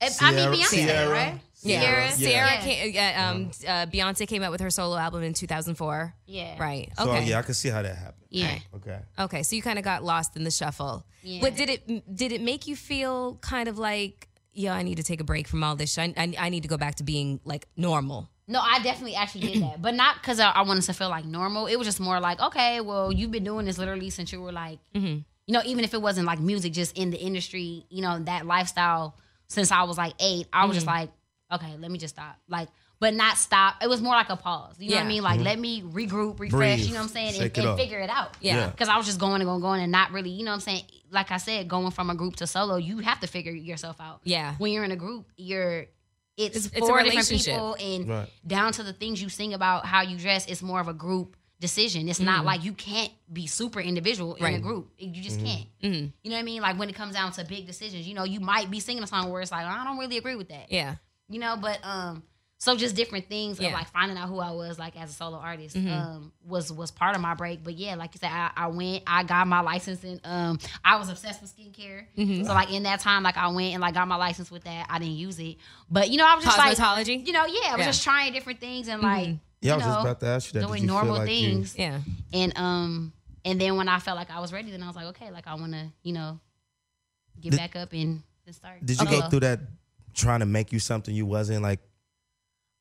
A: I- I
C: Ciara-
A: mean Beyonce,
C: Ciara.
A: right?
B: yeah.
A: Ciara.
B: Ciara
A: Yeah.
B: came, uh, um, uh, Beyonce came out with her solo album in 2004,
A: Yeah.
B: right?
C: So
B: Okay,
C: yeah, I can see how that happened.
A: Yeah.
C: Okay.
B: okay. So you kind of got lost in the shuffle.
A: Yeah.
B: But did it did it make you feel kind of like? Yo, I need to take a break from all this. shit. I, I, I need to go back to being like normal.
A: No, I definitely actually did that, but not because I, I wanted to feel like normal. It was just more like, okay, well, you've been doing this literally since you were like,
B: Mm-hmm.
A: you know, even if it wasn't like music, just in the industry, you know, that lifestyle since I was like eight, I was just
B: Mm-hmm.
A: like, okay, let me just stop, like, but not stop. It was more like a pause. You know what
B: Yeah.
A: I mean? Like, let me regroup, refresh.
C: Mm-hmm. Breathe.
A: You know what I'm saying?
C: Shake
A: And,
C: it
A: and
C: off.
A: figure it out.
B: Yeah. Yeah.
A: Because I was just going and going, going, and not really, you know what I'm saying? Like I said, going from a group to solo, you have to figure yourself out.
B: Yeah.
A: When you're in a group, you're it's,
B: It's- it's a
A: four different
B: relationship.
A: people and
C: Right.
A: down to the things you sing about how you dress it's more of a group decision it's not like you can't be super individual in a
B: Mm. Right. Mm-hmm. Mm.
A: group you just can't you know what i mean like when it comes down to big decisions you know you might be singing a song where it's like i don't really agree with that
B: Yeah.
A: you know but um so just different things
B: Yeah. Mm-hmm.
A: of like finding out who i was like as a solo artist um was was part of my break but yeah like you said i, I went i got my licensing um i was obsessed with skincare
B: Mm-hmm.
A: so like in that time like i went and like got my license with that i didn't use it but you know i was just like
B: Cosmetology?
A: you know yeah i was
B: Yeah. Mm-hmm.
A: just trying different things and like you
C: Yeah, I was just
A: know,
C: about to ask you that. Did
A: doing
C: you feel
A: normal
C: like you-
A: things
B: Yeah.
A: and um and then when i felt like i was ready then i was like okay like i want to you know get
C: Did-
A: back up and and start
C: Did you go
A: solo.
C: through that trying to make you something you wasn't like?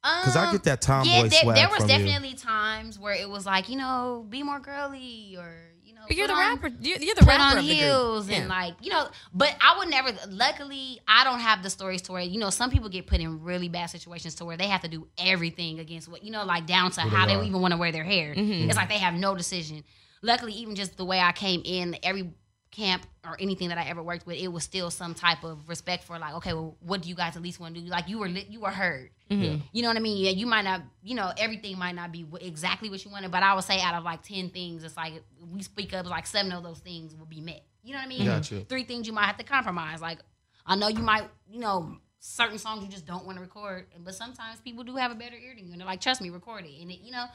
C: Because I
A: Um,
C: get that tomboy
A: yeah, there,
C: swag
A: there was
C: from
A: definitely times where it was like, you know, be more girly or you know,
B: But you're
A: put
B: the
A: on-
B: rapper. You're, you're the
A: Put
B: rapper
A: on
B: of the group.
A: heels and
B: Yeah.
A: like you know, but I would never. Luckily, I don't have the stories to where you know some people get put in really bad situations to where they have to do everything against what you know, like down to how
C: they
A: they
C: are.
A: even want to wear their hair.
B: Mm-hmm.
A: It's like they have no decision. Luckily, even just the way I came in, every camp or anything that I ever worked with, it was still some type of respect for like, okay, well, what do you guys at least want to do? Like you were lit, you were heard. You know what I mean? Yeah, you might not, you know, everything might not be wh- exactly what you wanted, but I would say out of like 10 things, it's like we speak up, like seven of those things will be met. You know what I mean?
C: Gotcha.
A: Three things you might have to compromise. Like, I know you might, you know, certain songs you just don't want to record, but sometimes people do have a better ear than you. And they're like, trust me, record it. And it, you know,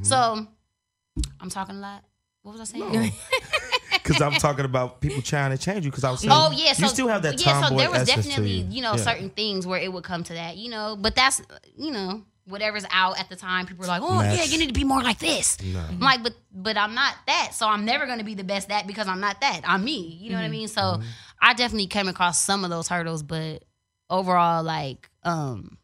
A: so I'm talking a lot. What was I saying?
C: Because I'm talking about people trying to change you. Because I was saying,
A: Oh yeah, so
C: you still have that
A: yeah. So
C: tomboy
A: there was
C: essence to
A: definitely you. know
C: Yeah.
A: certain things where it would come to that, you know. But that's you know whatever's out at the time. People are like, oh
C: Match.
A: yeah, you need to be more like this.
C: No.
A: I'm like, but but I'm not that, so I'm never gonna be the best that because I'm not that. I'm me. You know what I
C: Mm-hmm.
A: mean? So I definitely came across some of those hurdles, but overall, like, um,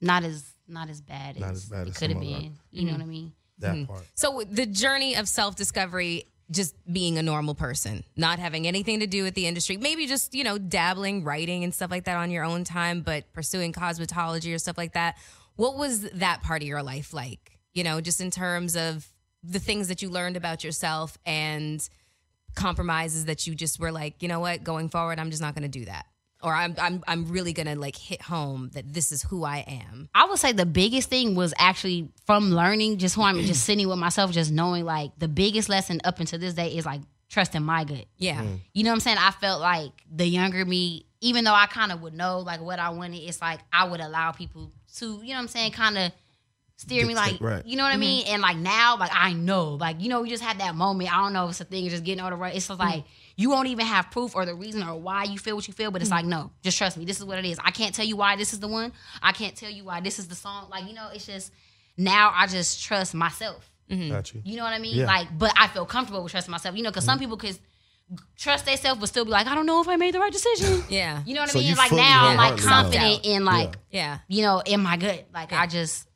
A: not as not as bad as,
C: Not as bad
A: it
C: as
A: could have
C: some
A: been.
C: other- Mm-hmm.
A: You know what I mean?
C: that part.
B: So the journey of self discovery, just being a normal person, not having anything to do with the industry, maybe just, you know, dabbling, writing and stuff like that on your own time, but pursuing cosmetology or stuff like that. What was that part of your life like? You know, just in terms of the things that you learned about yourself and compromises that you just were like, you know what, going forward, I'm just not going to do that, or I'm I'm I'm really going to like hit home that this is who I am.
A: I would say the biggest thing was actually from learning just who I'm just sitting with myself, just knowing like the biggest lesson up until this day is like trusting my gut.
B: Yeah,
A: You know what I'm saying? I felt like the younger me, even though I kind of would know like what I wanted, it's like I would allow people to, you know what I'm saying, kind of steer me like
C: Dictate, right.
A: you know what I mean? And like now, like I know, like, you know, we just had that moment. I don't know if it's a thing, just getting older, right? It's just like you won't even have proof or the reason or why you feel what you feel, but it's like, no, just trust me. This is what it is. I can't tell you why this is the one. I can't tell you why this is the song. Like, you know, it's just now I just trust myself.
C: Got you.
A: You know what I mean?
C: Yeah. Mm-hmm.
A: Like, but I feel comfortable with trusting myself. You know, because some people could trust themselves but still be like, I don't know if I made the right decision.
B: yeah,
A: You know what
C: So
A: I mean?
C: you
A: Like
C: fully
A: now, I'm like
C: wholeheartedly know.
A: confident in like
B: yeah.
A: you know in my gut. Like I just,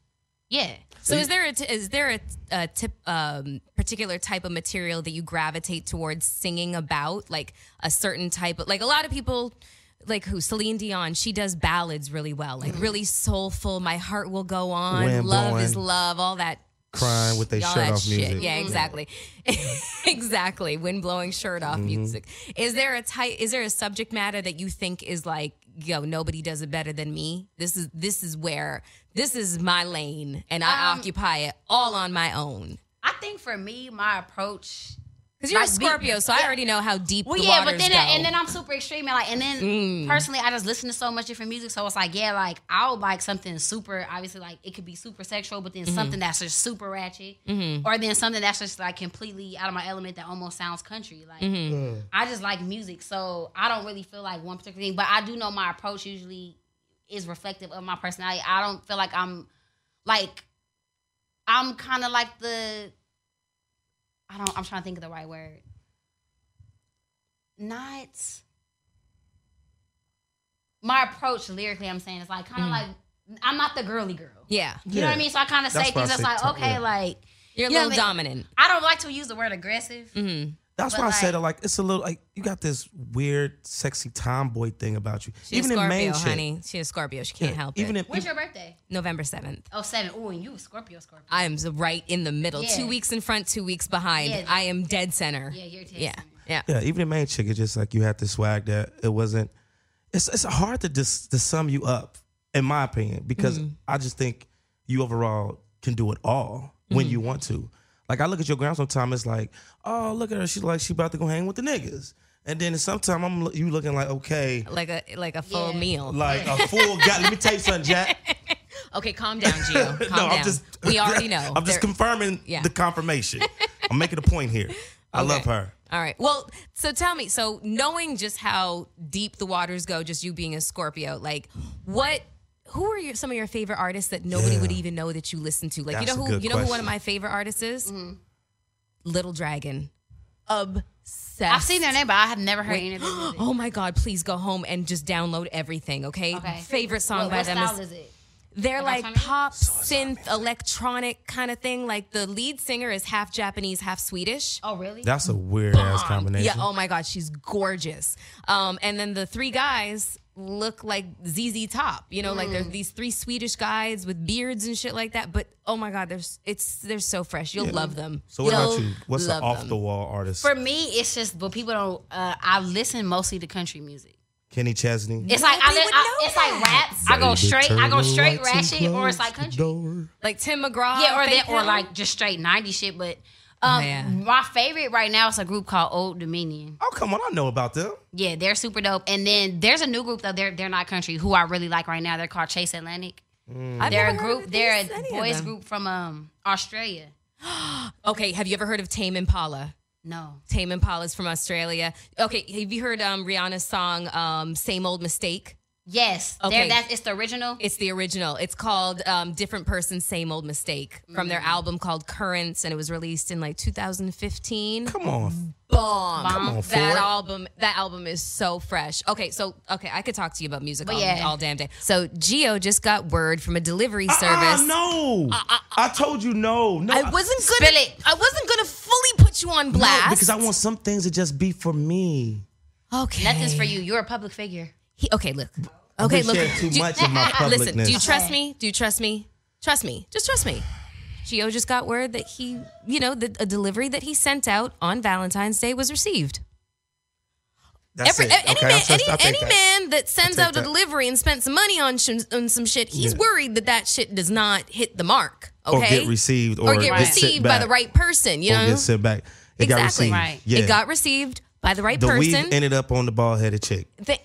A: yeah.
B: So is there a t- is there a, t- a tip, um, particular type of material that you gravitate towards singing about, like a certain type of like a lot of people. Like who? Celine Dion. She does ballads really well, like really soulful. My heart will go on.
C: Wham,
B: love is
C: boing.
B: love. All that.
C: Crying with they
B: all
C: shirt
B: that
C: off
B: shit.
C: music.
B: Yeah, exactly, exactly. Wind blowing shirt
C: Mm-hmm.
B: off music. Is there a type? Is there a subject matter that you think is like, yo, nobody does it better than me? This is this is where this is my lane, and I occupy it all on my own.
A: I think for me, my approach.
B: Because you're a
A: Like, be-
B: Scorpio, so I already know how deep
A: Well,
B: the
A: yeah,
B: waters
A: but then
B: go.
A: and then I'm super extreme and like and then
C: Mm.
A: personally, I just listen to so much different music, so it's like yeah, like I'll like something super obviously like it could be super sexual, but then
C: Mm-hmm.
A: something that's just super ratchet, or then something that's just like completely out of my element that almost sounds country. Like
B: Mm-hmm.
A: I just like music, so I don't really feel like one particular thing. But I do know my approach usually is reflective of my personality. I don't feel like I'm like I'm kind of like the I don't. I'm trying to think of the right word. Not my approach lyrically. I'm saying it's like kind of like I'm not the girly girl.
B: yeah,
A: You know what
C: Mm. Yeah.
A: I mean? So I kind of say
C: That's why I
A: things that's
C: say
A: like
C: tough,
A: okay,
C: yeah.
A: like
B: you're a
A: You know
B: little
A: what I
B: dominant.
A: I don't like to use the word aggressive.
C: Mm-hmm. That's
A: But
C: why I
A: like-
C: said it like it's a little like you got this weird sexy tomboy thing about you.
B: She's a Scorpio, honey. She's a Scorpio. She can't help
C: even
B: it.
C: in
A: When's your birthday?
B: November seventh.
A: Oh, seven. Oh, and you a Scorpio, Scorpio.
B: I am right in the middle.
A: Yeah.
B: Two weeks in front, two weeks behind.
A: Yeah.
B: I am dead center.
A: Yeah, you're dead
B: yeah.
A: center.
B: Yeah.
C: yeah, even in main chick, it's just like you had the swag that it wasn't. It's it's hard to dis, to sum you up, in my opinion, because
B: Mm.
C: I just think you overall can do it all
B: Mm.
C: when you want to. Like I look at your ground sometimes, it's like, oh look at her, she's like she about to go hang with the niggas, and then sometimes I'm lo- you looking like okay,
B: Like a like a full
A: Yeah.
B: meal.
C: like a full guy. Let me tell you something, Jack.
B: okay, calm down, Gio. Calm
C: no,
B: down.
C: I'm just.
B: we already know.
C: I'm
B: There-
C: just confirming
B: Yeah.
C: the confirmation. I'm making a point here. I love
B: Okay.
C: her.
B: All right. Well, so tell me, so knowing just how deep the waters go, just you being a Scorpio, like what who are your, some of your favorite artists that nobody
C: Yeah.
B: would even know that you listen to? Like you
C: That's
B: know
C: a
B: who
C: good
B: you know who one of my
C: question.
B: favorite artists is? Little Dragon. Obsessed.
A: Mm-hmm. I've seen their name, but I have never heard any of their music.
B: Oh my God! Please go home and just download everything. Okay.
A: Okay.
B: Favorite song
A: What,
B: by
A: what
B: them
A: style
B: is
A: is it?
B: they're like
A: Electronic?
B: pop, synth, electronic kind of thing. Like the lead singer is half Japanese, half Swedish.
A: Oh, really?
C: That's a weird ass combination.
B: Yeah. Oh my God, she's gorgeous. Um, and then the three guys look like ZZ Top. You know, like
A: Mm.
B: they're these three Swedish guys with beards and shit like that. But oh my God, they're s- it's they're so fresh. You'll love them.
C: So what about
B: You'll
C: you? What's an
B: love
C: off
B: them.
C: the wall artist?
A: For me, it's just, but people don't. Uh, I listen mostly to country music.
C: Kenny Chesney.
A: It's like I,
B: Nobody
A: li-
B: would
A: I
B: know
A: it's like
B: that.
A: rap. I go straight. I go straight ratchet, or it's like country.
B: like Tim McGraw?
A: Yeah, or
B: Faith
A: that, or
B: Hill?
A: like just straight ninety shit. But um,
B: yeah.
A: my favorite right now is a group called Old Dominion.
C: Oh come on, I know about them.
A: Yeah, they're super dope. And then there's a new group though. They're they're not country. Who I really like right now. They're called Chase Atlantic.
B: I've
A: They're a
B: never heard of
A: group. They're
B: these-
A: a
B: any of
A: boys
B: them.
A: group from um Australia.
B: Okay, have you ever heard of Tame Impala?
A: No.
B: Tame Impala's from Australia. Okay, have you heard um, Rihanna's song um, "Same Old Mistake"?
A: Yes.
B: Okay.
A: They're, that's it's the original.
B: It's the original. It's called um, "Different Person, Same Old Mistake" from their
C: Mm.
B: album called "Currents," and it was released in like 2015.
C: Come on.
B: Bomb!
A: Come
C: on,
B: that
C: Ford.
B: album. That album is so fresh. Okay, so okay, I could talk to you about music all,
A: yeah.
B: all damn day. So Gio just got word from a delivery
C: Ah,
B: service. Uh,
C: no. I told you no. No.
B: I wasn't
A: Spill
B: gonna.
A: it.
B: I wasn't gonna fully put you on
C: no,
B: blast
C: because I want some things to just be for me.
B: Okay.
A: Nothing's for you. You're a public figure.
B: He, okay, look. Okay,
C: We
B: look.
C: share too
B: Do you-
C: much of my publicness.
B: Listen, do you trust me? Do you trust me? Trust me. Just trust me. Gio just got word that he, you know, the, a delivery that he sent out on Valentine's Day was received.
C: That's
B: Every,
C: it.
B: Any,
C: okay,
B: man,
C: I'll trust- I'll
B: any,
C: take
B: any
C: that.
B: man that sends
C: take
B: out a
C: that.
B: delivery and spent some money on, sh- on some shit, he's
C: Yeah.
B: worried that that shit does not hit the mark. Okay?
C: Or get received
B: Or
C: or,
B: get
C: get sent
B: received by
C: back,
B: the right person, you
C: Or
B: know?
C: get sent back. It got
B: exactly.
C: received.
A: Right.
C: Yeah.
B: It got received by the right
C: the
B: person.
C: weave ended up on the bald headed chick.
B: Th-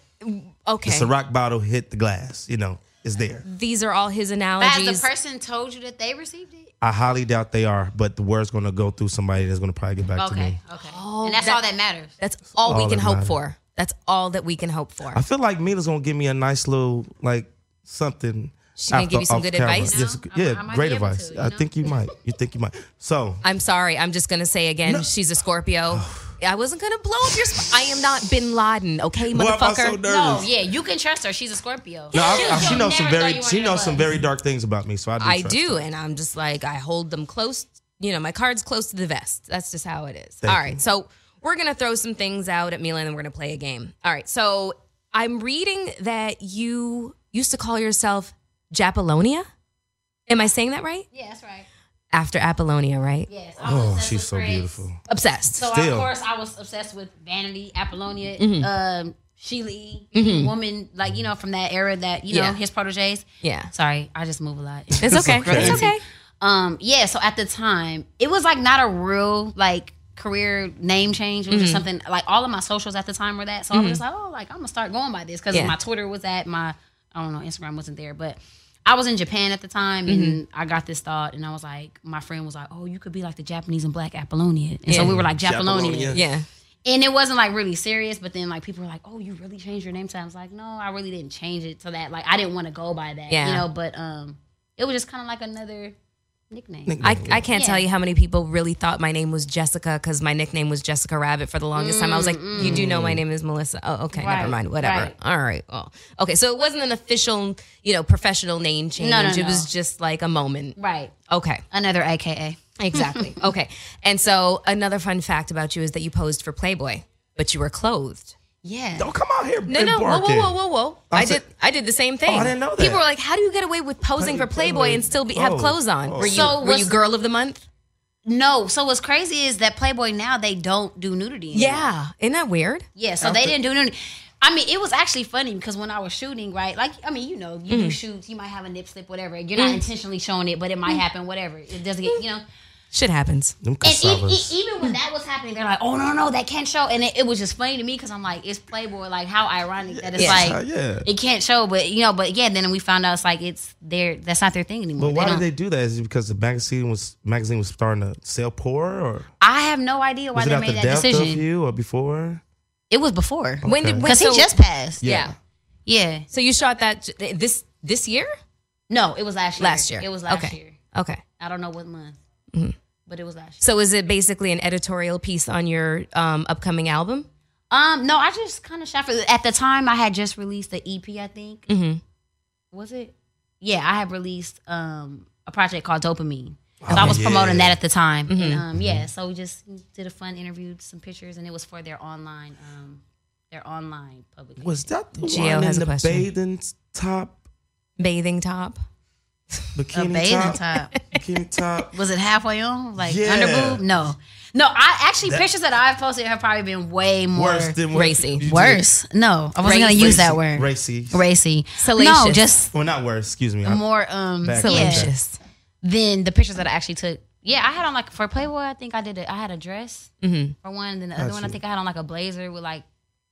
B: okay.
C: The rock bottle hit the glass. You know, it's there.
B: These are all his
A: But
B: analogies.
A: has the person told you that they received it?
C: I highly doubt they are, but the word's going to go through somebody that's going to probably get back to
A: Okay,
C: me.
A: okay. and that's
B: that-
A: all Oh, that matters.
B: That's all,
C: all
B: we can
C: that
B: hope
C: matters.
B: for. That's all that we can hope for.
C: I feel like Mila's going to give me a nice little, like, something.
B: She gonna give
C: after-
B: you some
C: off
B: good
C: camera.
B: advice?
C: Yes,
A: No, I-
C: yeah,
A: I might
C: great
A: be able
C: advice.
A: to, you
C: I
A: know?
C: think you might. You think you might. So,
B: I'm sorry. I'm just gonna say again. She's a Scorpio. I wasn't gonna blow up your. Sp- I am not Bin Laden. Okay,
C: Boy, I felt so
B: motherfucker.
C: nervous.
A: No, Oh, yeah, you can trust her. She's a Scorpio.
C: No, I, I,
A: She'll
C: she
A: never
C: knows some
A: throw you
C: very
A: under
C: she
A: the
C: knows some
A: bus.
C: very dark things about me. So I do.
B: I
C: trust
B: do,
C: her.
B: and I'm just like I hold them close. You know, my cards close to the vest. That's just how it is.
C: Thank
B: All right,
C: you.
B: so we're gonna throw some things out at Mila, and then we're gonna play a game. All right, so I'm reading that you used to call yourself Japalonia. Am I saying that right?
A: Yeah, that's right.
B: After Apollonia, right?
A: Yes.
C: Oh, she's so beautiful.
B: Obsessed.
A: So
C: Still.
A: of course I was obsessed with Vanity, Apollonia, um, Sheila, E, woman like you know from that era that you know
B: Yeah.
A: his proteges.
B: yeah,
A: Sorry, I just move a lot.
B: it's okay.
C: okay.
B: It's okay.
A: um, yeah. So at the time, it was like not a real like career name change. It was
B: Mm-hmm.
A: just something like all of my socials at the time were that. So I was just like, oh, like I'm gonna start going by this because
B: Yeah.
A: my Twitter was at my I don't know Instagram wasn't there, but. I was in Japan at the time, and
B: Mm-hmm.
A: I got this thought, and I was like, my friend was like, "Oh, you could be like the Japanese and Black Apollonia," and so
B: Yeah.
A: we were like,
C: Japalonia.
A: "Japalonia,"
B: Yeah.
A: and it wasn't like really serious but then like people were like oh you really changed your name to that? i was like no i really didn't change it to that like i didn't want to go by that
B: Yeah.
A: you know but um it was just kind of like another nickname
B: I, I can't
A: Yeah.
B: tell you how many people really thought my name was Jessica because my nickname was Jessica Rabbit for the longest time. I was like, you do know my name is Melissa. Oh, okay,
A: Right,
B: never mind. Whatever.
A: right.
B: All right. Well, okay. So it wasn't an official, you know, professional name change.
A: no,
B: it
A: no.
B: was just like a moment.
A: right
B: Okay.
A: another aka
B: Exactly. okay. And so another fun fact about you is that you posed for Playboy, but you were clothed.
A: yeah
C: Don't come out here.
B: No, no, whoa, whoa, whoa, whoa, whoa! I
C: I'm
B: did,
C: so-
B: I did the same thing.
C: Oh, I didn't know that.
B: People were like, "How do you get away with posing
C: Play-
B: for Playboy
C: Playboy.
B: and still be, have
C: Oh,
B: clothes on?"
C: oh.
B: Were you,
A: So
B: were you
A: was-
B: girl of the month?
A: no so what's crazy is that playboy now they don't do nudity anymore.
B: Yeah, isn't that weird?
A: Yeah, so they didn't do none. I mean, it was actually funny because when I was shooting, right? Like, I mean, you know, you do shoots, you might have a nip slip, whatever. You're not intentionally showing it, but it might happen, whatever. It doesn't get, you know.
B: Shit happens.
C: Them
A: And e- e-
C: cassavas.
A: even when that was happening, they're like, "Oh no, no, that can't show." And it, it was just funny to me because I'm like, "It's Playboy. Like, how ironic that it's
B: Yeah.
C: Uh,
A: like
C: yeah.
A: it can't show." But you know, but yeah, then we found out it's like it's their that's not their thing anymore.
C: But why
A: don't-
C: did they do that? Is it because the magazine was magazine was starting to sell poor, or
A: I have no idea why
C: was it
A: they
C: after
A: made
C: the
A: that
C: death of
A: decision.
C: you Oh. or before?
A: It was before
B: When did when,
C: Okay.
A: because
B: so,
A: he just passed.
B: yeah.
A: yeah.
B: So you shot that j- this this year?
A: No, it was last year.
B: Last year.
A: It was last
B: Okay.
A: year.
B: Okay.
A: I don't know what month, but it was last year.
B: So is it basically an editorial piece on your um, upcoming album?
A: Um, no, I just kind of shot for at the time I had just released the EP, I think. Was it? Yeah, I had released um a project called Dopamine. So
C: Oh,
A: I was promoting that at the time. And, um,
C: Mm-hmm.
A: yeah, so we just did a fun interview, some pictures, and it was for their online, um, their online publication.
C: Was that the
B: Gio
C: one
B: has
C: in
B: a
C: the
B: question.
C: bathing top,
B: Bathing top.
A: a
C: bikini
A: bathing
C: top,
A: top?
C: bikini top?
A: Was it halfway on, like
C: Yeah.
A: under boob? No, no. I actually pictures that I've posted have probably been way more
C: Worse than what
B: Racy.
C: you did.
A: worse. No, I wasn't gonna
B: Racy.
A: use that
C: Racy.
A: word.
C: Racy.
A: Racy.
B: Salacious.
A: No, just
C: Well, not worse. Excuse me. I-
A: more um
C: Back
A: yeah,
C: Salacious.
B: Delicious.
A: than the pictures that I actually took. Yeah, I had on like for Playboy, I think I did. A, I had a dress for one, then the other one I
C: you.
A: think I had on like a blazer with like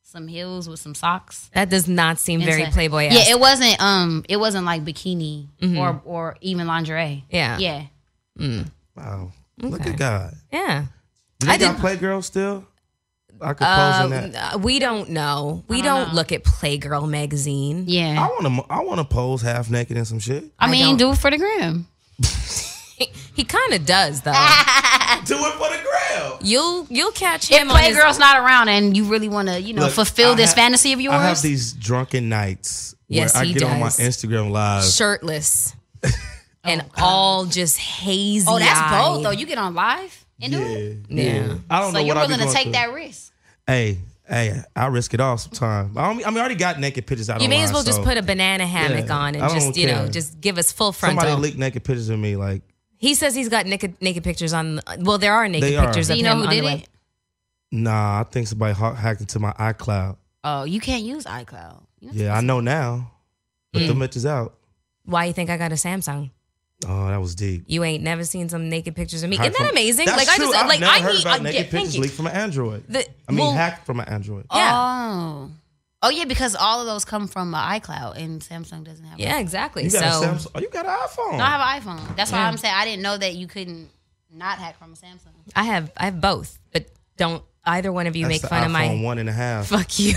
A: some heels with some socks.
B: That does not seem very
A: Inside.
B: Playboy.
A: Yeah, it wasn't um, it wasn't like bikini or or even lingerie.
B: Yeah.
A: Mm-hmm. yeah.
C: Wow. Look at God.
B: yeah.
C: Do they
B: I
C: got
B: didn't-
C: Playgirl still? I could pose in that.
B: Uh, we don't know. We
A: don't
B: don't,
A: know.
B: look at Playgirl magazine.
A: Yeah.
C: I want to. I want to pose half naked and some shit.
A: I, mean,
B: don't-
A: do it for the gram.
B: He, he kind of does though.
C: Do it for the grail.
B: you'll you'll catch
A: Ah. If
B: him on his-
A: Playgirl's not around and you really want to, you know,
C: Look,
A: fulfill
C: I
A: this
C: ha-
A: fantasy of yours,
C: I have these drunken nights
B: Yes,
C: where I
B: he
C: get on my
B: does.
C: Instagram live.
B: shirtless
C: Oh,
B: and all just hazy.
A: oh, that's bold though. You get on live and do it.
C: Yeah, yeah. I don't
A: So
C: know
A: you're
C: what
A: willing
C: I be
A: to
C: going
A: take
C: through.
A: that risk.
C: Hey, hey, I risk it all sometime. I, don't, I mean, I already got naked pictures out.
B: You may as
C: online,
B: well just
C: so
B: put a banana hammock
C: Yeah,
B: on and
C: I don't
B: just you know
C: care.
B: just give us full frontal.
C: somebody leaked naked pictures of me. Like
B: He says he's got naked naked pictures on. Well, there are naked
C: They are.
B: pictures
A: Do
B: of
A: you know
B: him
A: who
B: on
A: did
B: the
A: it?
B: web.
C: Nah, I think somebody ha- hacked into my iCloud.
A: Oh, you can't use iCloud. You
C: Yeah, I know now. But
B: Mm.
C: the bitches out.
B: Why you think I got a Samsung?
C: Oh, that was deep.
B: You ain't never seen some naked pictures of me.
C: Hacked
B: Isn't that
C: from-
B: amazing?
C: That's
B: like
C: true.
B: I just
C: have
B: like
C: never
B: I
C: heard
B: need
C: about
B: I
C: naked
B: get
C: pictures
B: thank you.
C: leaked from an Android.
B: The-
C: I mean,
B: well-
C: hacked from an Android.
A: Oh. Oh yeah, because all of those come from uh, iCloud, and Samsung doesn't have.
B: Yeah, exactly.
C: You
B: So
C: got a Samsung? Oh, you got an iPhone?
A: No, I have an iPhone. That's why
B: Yeah.
A: I'm saying I didn't know that you couldn't not hack from a Samsung.
B: I have I have both, but don't either one of you
C: That's
B: make
C: the
B: fun
C: iPhone
B: of my
C: one and a half.
B: fuck you.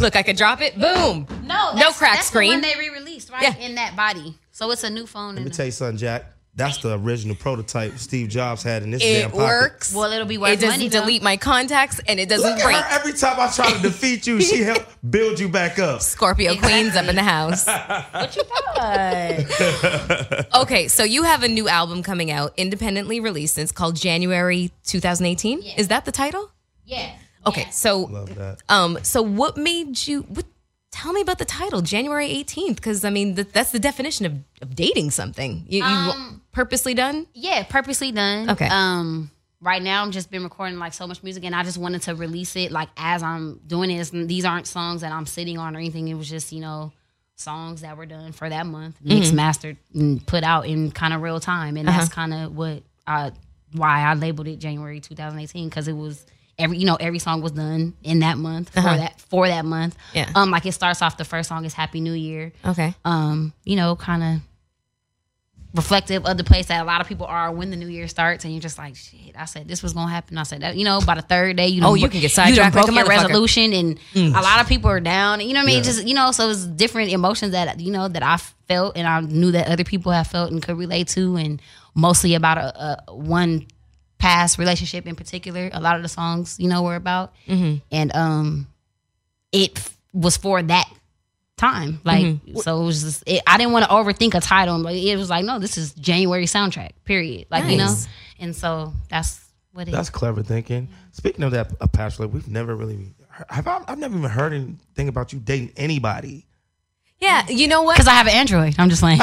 B: Look, I could drop it. Boom.
A: No,
B: no crack
A: that's
B: screen.
A: The one they re-released right
B: Yeah.
A: in that body, so it's a new phone.
C: Let
A: and
C: me
A: a-
C: tell you something, Jack. That's the original prototype Steve Jobs had in this damn
B: it
C: pocket.
B: works.
A: well, it'll be worth
B: it doesn't
A: money. though.
B: delete my contacts and it
C: Look
B: doesn't
C: at
B: break.
C: her. Every time I try to defeat you, she help build you back up.
B: Scorpio Queen's up in the house. okay, so you have a new album coming out, independently released. It's called January 2018. Is that the title?
A: Yeah.
B: Okay, so
C: Love that.
B: um, so what made you? What, tell me about the title, January 18th, because I mean th- that's the definition of, of dating something. You, you purposely done?
A: Yeah, purposely done.
B: Okay.
A: Um, right now I'm just been recording like so much music, and I just wanted to release it like as I'm doing it. It's- These aren't songs that I'm sitting on or anything. It was just you know songs that were done for that month, mixed,
B: Mm-hmm.
A: mastered, and put out in kind of real time, and
B: Uh-huh.
A: that's kind of what I why I labeled it January 2018 because it was. Every you know, every song was done in that month for that for that month.
B: Uh-huh. Yeah.
A: Um, like it starts off the first song is Happy New Year
B: Okay.
A: um, you know, kind of reflective of the place that a lot of people are when the new year starts, and you're just like, shit. I said this was gonna happen. I said that, you know, by the third day, you know,
B: Oh, you can get
A: you done
B: sidetracked like
A: broke
B: a
A: your
B: motherfucker. Mm.
A: resolution, and a lot of people are down. You know what I mean?
C: Yeah.
A: Just you know, so it's different emotions that you know that I felt, and I knew that other people have felt and could relate to, and mostly about a, a one past relationship in particular. A lot of the songs, you know, were about,
B: Mm-hmm.
A: and um, it f- was for that time. Like so, it was just it, I didn't want to overthink a title. Like it was like, no, this is January soundtrack. Period. Like you know,
B: Nice.
A: and so that's what it.
C: That's clever thinking. Speaking of that, a bachelor, we've never really heard, have I, I've never even heard anything about you dating anybody.
B: Yeah. You know what?
A: because I have an Android. I'm just saying.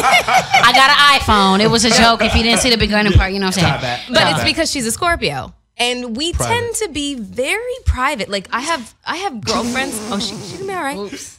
A: I got an iPhone. It was a joke. If you didn't see the beginning part, you know what I'm saying.
C: that.
B: but
C: Stop
B: it's
C: that.
B: because she's a Scorpio. And we
C: Private.
B: tend to be very private. Like I have, I have girlfriends. oh, she, she can be all right.
A: Oops.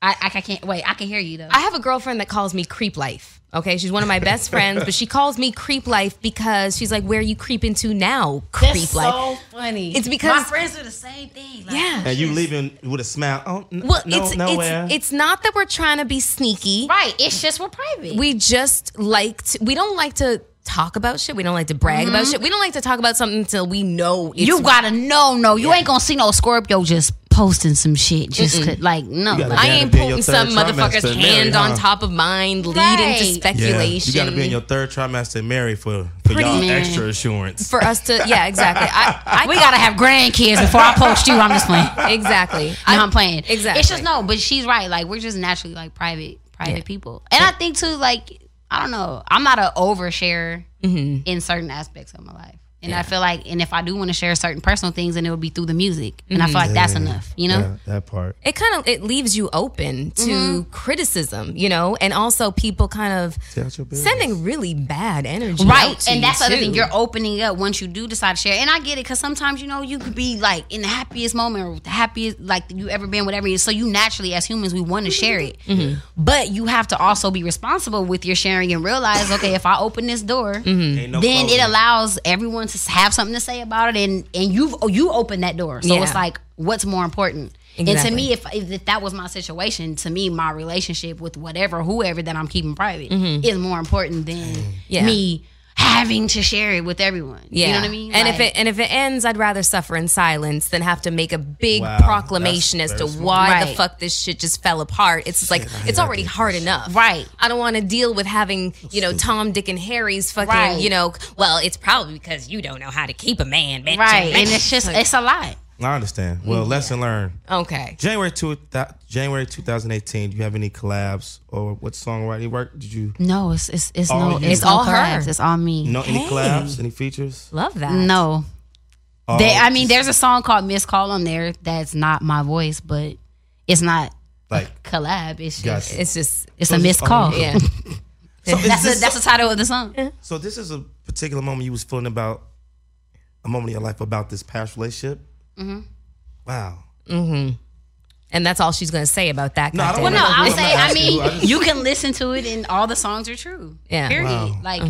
A: I, I can't wait. I can hear you though.
B: I have a girlfriend that calls me creep life. Okay, she's one of my best friends, but she calls me creep life because she's like, "Where you creeping to now, creep life?"
A: funny.
B: It's because-
A: my friends do the same thing. Like,
B: yeah.
C: And you leaving with a smile. Oh, n-
B: Well,
C: no,
B: it's
C: nowhere.
B: it's it's not that we're trying to be sneaky.
A: Right. It's just we're private.
B: We just like to, we don't like to talk about shit. We don't like to brag
C: Mm-hmm.
B: about shit. We don't like to talk about something until we know it's
A: you gotta know, no. You ain't gonna see no Scorpio just posting some shit. Just could- like no.
C: gotta
A: Like,
B: I
C: gotta
B: ain't
C: be in your
B: putting
C: third
B: some motherfucker's
C: trimester, Mary,
B: hand
C: huh?
B: on top of mine, leading
A: Right.
B: to
A: Yeah.
C: yeah,
B: speculation.
C: you got to be in your third trimester married for, for y'all
A: Man.
C: extra assurance.
B: for us to, yeah, exactly. I, I
A: we gotta have grandkids before I post you. I'm just playing. No,
B: exactly.
A: I'm playing.
B: Exactly.
A: It's just no, but she's right. Like we're just naturally like private, private people. And I think too, like I don't know. I'm not an oversharer
B: Mm-hmm.
A: in certain aspects of my life. And I feel like, and if I do want to share certain personal things, then it would be through the music. And I feel like that's
B: Mm-hmm.
A: enough, you know?
C: Yeah, that part.
B: it kind of it leaves you open to
A: Mm-hmm.
B: criticism, you know, and also people kind of
C: Tell your business.
B: sending really bad energy, out
A: right
B: to
A: and
B: you,
A: that's the other
B: too.
A: thing you're opening up once you do decide to share and i get it because sometimes you know you could be like in the happiest moment or the happiest like you ever been whatever it is so you naturally as humans we want to share it but you have to also be responsible with your sharing and realize okay if i open this door
C: Ain't no
A: then
C: closing.
A: it allows everyone to have something to say about it and and you've oh, you open that door so
B: Yeah.
A: it's like what's more important and
B: Exactly.
A: to me if, if if that was my situation to me my relationship with whatever whoever that i'm keeping private is more important than
B: Yeah.
A: me having to share it with everyone
B: yeah.
A: you know what i mean
B: And if
A: Like,
B: it and if it ends, I'd rather suffer in silence than have to make a big
C: Wow,
B: proclamation as
C: that's
B: to
C: very smart.
B: why the
A: Right.
B: fuck this shit just fell apart. It's just like
C: I
B: it's
C: hate
B: already
C: that
B: hard enough,
A: Right.
B: I don't want to deal with having you know Tom, Dick, and Harry's fucking
A: Right.
B: you know. Well, it's probably because you don't know how to keep a man, bitch.
A: right and it's just it's a lot
C: I understand. Well, lesson learned.
B: Okay.
C: January two thou- January 2018. Do you have any collabs or what songwriting work did you?
A: no it's it's, it's
C: All
A: no
C: you-
A: it's,
C: It's
A: all
B: all her.
A: her it's all me
C: No, any
B: Hey.
C: collabs, any features?
B: Love that.
A: no
C: All-
A: They, I mean, there's a song called Miss Call on there that's not my voice, but it's not
C: like
A: collab. It's just,
C: Gotcha.
B: It's just
A: it's a
C: it's
A: missed
C: all
A: call.
C: you.
B: yeah.
C: So is
A: That's the
C: this,
A: that's the title of the song.
C: so this is a particular moment you was feeling about a moment in your life about this past relationship. Mm-hmm. Wow.
B: And that's all she's gonna say about that.
C: No, I
A: Well,
B: goddamn
C: don't
B: it.
C: wanna-
A: no, I'll
C: I'm not
A: say. I
C: asking
A: mean,
C: you, I just-
A: you can listen to it, and all the songs are true.
B: Yeah.
A: Period.
C: Wow.
A: Like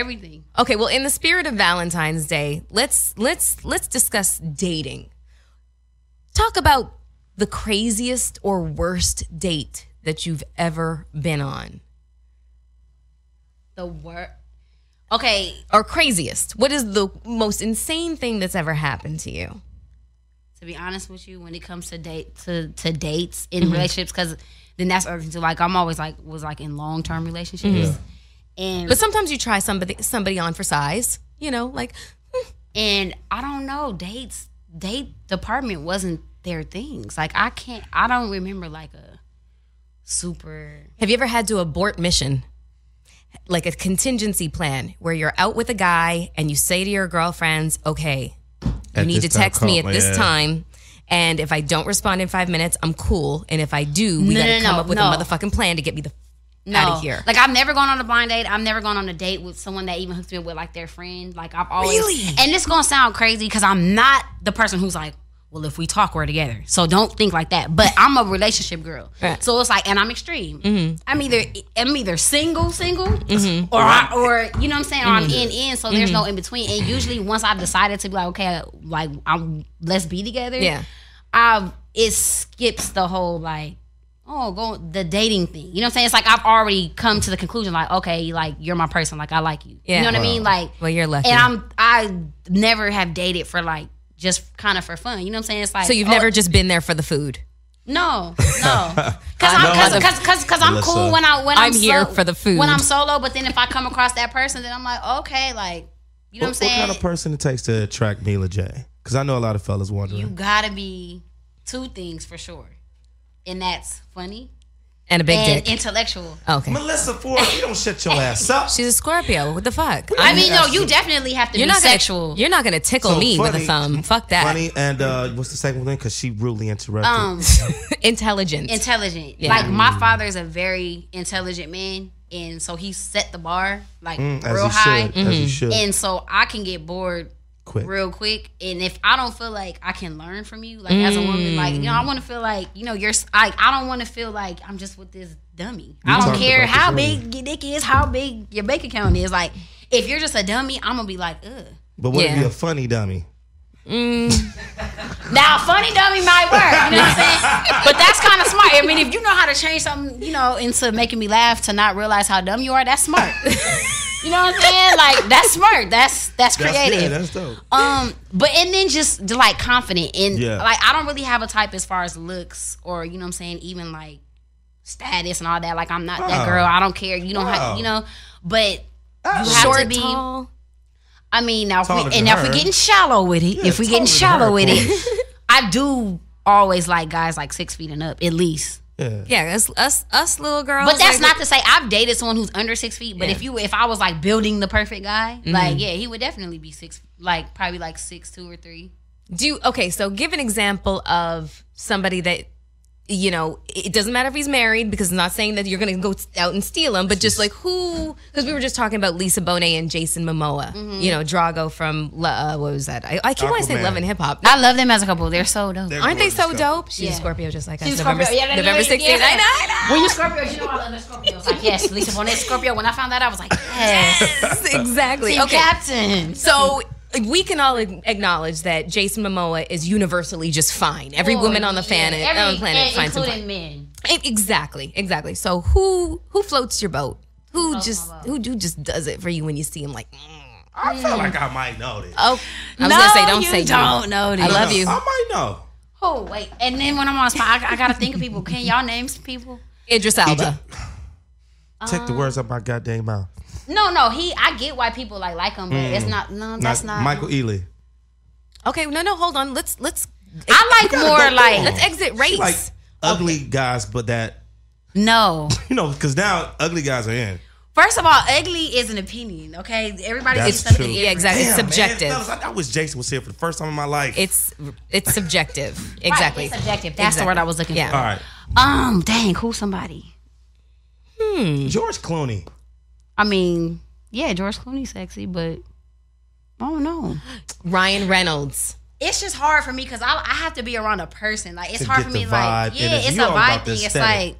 A: everything.
B: Okay, well, in the spirit of Valentine's Day, let's let's let's discuss dating. Talk about the craziest or worst date that you've ever been on.
A: The word. Okay,
B: Or craziest. What is the most insane thing that's ever happened to you?
A: to be honest with you, when it comes to date to to dates in relationships, because then that's everything too. Like I'm always like was like in long term relationships, and
B: But sometimes you try somebody somebody on for size, you know, like
A: and I don't know dates. Date department wasn't their things. Like I can't. I don't remember like a super.
B: Have you ever had to abort mission? Like a contingency plan where you're out with a guy and you say to your girlfriends, okay, you
C: At
B: need to
C: this time,
B: text me at
C: call- yeah.
B: this time. And if I don't respond in five minutes, I'm cool. And if I do, we
A: No,
B: gotta
A: no,
B: come
A: no,
B: up with
A: no.
B: a motherfucking plan to get me the
A: No.
B: out of here.
A: Like I've never gone on a blind date. I've never gone on a date with someone that even hooked me up with like their friend. Like I've always
B: Really?
A: and it's gonna sound crazy because I'm not the person who's like, well, if we talk, we're together. So don't think like that. But I'm a relationship girl.
B: Right. Mm-hmm.
A: So it's like, and I'm extreme. I'm either I'm either single, single, or I, or you know what I'm saying, or I'm
B: Mm-hmm.
A: in in. So there's no in between. And usually once I've decided to be like, okay, like I'm let's be together.
B: Yeah.
A: I've it skips the whole like oh go the dating thing. You know what I'm saying? It's like I've already come to the conclusion like okay like you're my person like I like you.
B: Yeah.
A: You know what I mean? Like
B: Well, you're lucky.
A: and I'm I never have dated for like just kind of for fun. You know what I'm saying? It's like
B: so you've
A: oh,
B: never just been there for the food.
A: no, no. Cause I'm, cause, cause, cause, 'cause I'm
C: Melissa.
A: cool when I when I'm,
B: I'm here
A: so-
B: for the food.
A: when I'm solo. But then if I come across that person, then I'm like, okay, like you know what, I'm
C: What, what
A: saying?
C: kind of person it takes to attract Mila J? Because I know a lot of fellas wondering.
A: you gotta be two things for sure, and that's funny
B: And a big
A: and
B: dick.
A: intellectual.
B: Okay.
C: Melissa Ford, you don't shut your ass up.
B: She's a Scorpio. What the fuck?
A: I mean, no, you definitely have to
B: you're
A: be
B: not
A: sexual.
B: Gonna, you're not gonna tickle
C: So
B: me with
C: funny-
B: a thumb. Fuck that.
C: Funny and uh, what's the second thing? Because she rudely interrupted.
A: um,
B: Intelligence.
A: intelligent. Like my father is a very intelligent man, and so he set the bar like
C: Mm, as
A: real
C: you
A: high,
C: should. As you should.
A: and so I can get bored
C: Quick.
A: real quick. And if I don't feel like I can learn from you, like as a woman, like you know, I
B: Mm.
A: want to feel like you know you're s- like I don't want to feel like I'm just with this dummy. I don't
C: talked
A: care
C: about
A: how
C: this earlier.
A: big your dick is, how big your bank account is. Like if you're just a dummy, I'm gonna be like, ugh.
C: but what
B: Yeah.
C: if you're a funny dummy?
A: Now, funny dummy might work, you know what I'm saying? but that's kind of smart. I mean, if you know how to change something, you know, into making me laugh to not realize how dumb you are, that's smart. you know what I'm saying? Like that's smart. That's that's
C: That's,
A: creative.
C: Yeah, that's dope.
A: um, but and then just like confident and
C: Yeah.
A: like I don't really have a type as far as looks or you know what I'm saying, even like status and all that. Like I'm not
C: Wow.
A: that girl. I don't care. You don't
C: Wow.
A: have you know, but you have
B: Short,
A: to be.
B: tall.
A: I mean, now if
C: Taller
A: we,
C: than
A: and now if
C: her.
A: we're getting shallow with it, if we
C: taller
A: getting
C: than
A: shallow
C: her,
A: with
C: of
A: it, I do always like guys like six feet and up at least.
C: Yeah.
B: Yeah, us us us little girls.
A: But that's
B: like-
A: not to say I've dated someone who's under six feet. But
B: Yeah. Mm-hmm.
A: if you if I was like building the perfect guy, like yeah, he would definitely be six, like probably like six two or three.
B: Do you, okay, so give an example of somebody that you know it doesn't matter if he's married because I'm not saying that you're going to go out and steal him, but just like who? Because we were just talking about Lisa Bonet and Jason Momoa,
A: Mm-hmm.
B: you know Drago from Lo- uh, what was that? I, I keep wanting to say
C: Aquaman.
B: Love and Hip Hop.
A: I love them as a couple. They're so dope.
C: They're
B: Aren't they
C: gorgeous
B: so
C: couple.
B: dope? She's
A: Yeah.
B: a Scorpio, just like us.
A: She's
B: November,
A: Scorpio. Yeah, they-
B: November
A: yeah.
B: 16th. I know, I know.
A: When you Scorpio, you know I love the Scorpios. Like yes, Lisa Bonet Scorpio. When I found that, I was like yes,
B: Yes, exactly.
A: Team
B: Okay,
A: Captain.
B: So we can all ag- acknowledge that Jason Momoa is universally just fine. Every woman on the planet,
A: Oh, Every-
B: on the planet
A: and
B: finds him fine.
A: including men.
B: E- Exactly, exactly. So who who floats your boat? Who
A: floats
B: just
A: my boat?
B: who who just does it for you when you see him? Like, mm.
C: I feel like I might know this.
B: oh, I was gonna say don't
A: you
B: say
A: don't know.
B: I love
C: No,
B: you.
C: I might know.
A: Oh wait, and then when I'm on spot, I, I gotta think of people. Can y'all name some people?
B: Idris Elba.
C: Take the words out my goddamn mouth.
A: No, no, he. I get why people like like him, but it's not. No, that's not.
C: Mm. Michael Ealy.
B: Okay, no, no, hold on. Let's let's
A: I like more
C: go
A: like
C: on.
B: let's exit race.
C: Like ugly guys, but that
A: no.
C: you know, because now ugly guys are in.
A: First of all, ugly is an opinion. Okay, everybody
C: That's
A: gets something.
C: true.
B: yeah, exactly. it's
C: Damn, man,
B: subjective.
C: fellas, I, I wish Jason was here for the first time in my life.
B: it's it's subjective. Exactly.
A: Right, it's subjective. That's the word I was looking
B: Yeah.
A: for.
C: all right.
A: Um, dang, who's somebody?
C: George Clooney.
A: I mean, yeah, George Clooney sexy, but I don't know.
B: Ryan Reynolds.
A: It's just hard for me because I, I have to be around a person. Like it's
C: To
A: hard
C: get
A: for
C: the
A: me.
C: vibe,
A: Like
C: and
A: yeah,
C: if
A: it's a
C: you all
A: vibe
C: about the
A: thing. It's
C: aesthetic.
A: like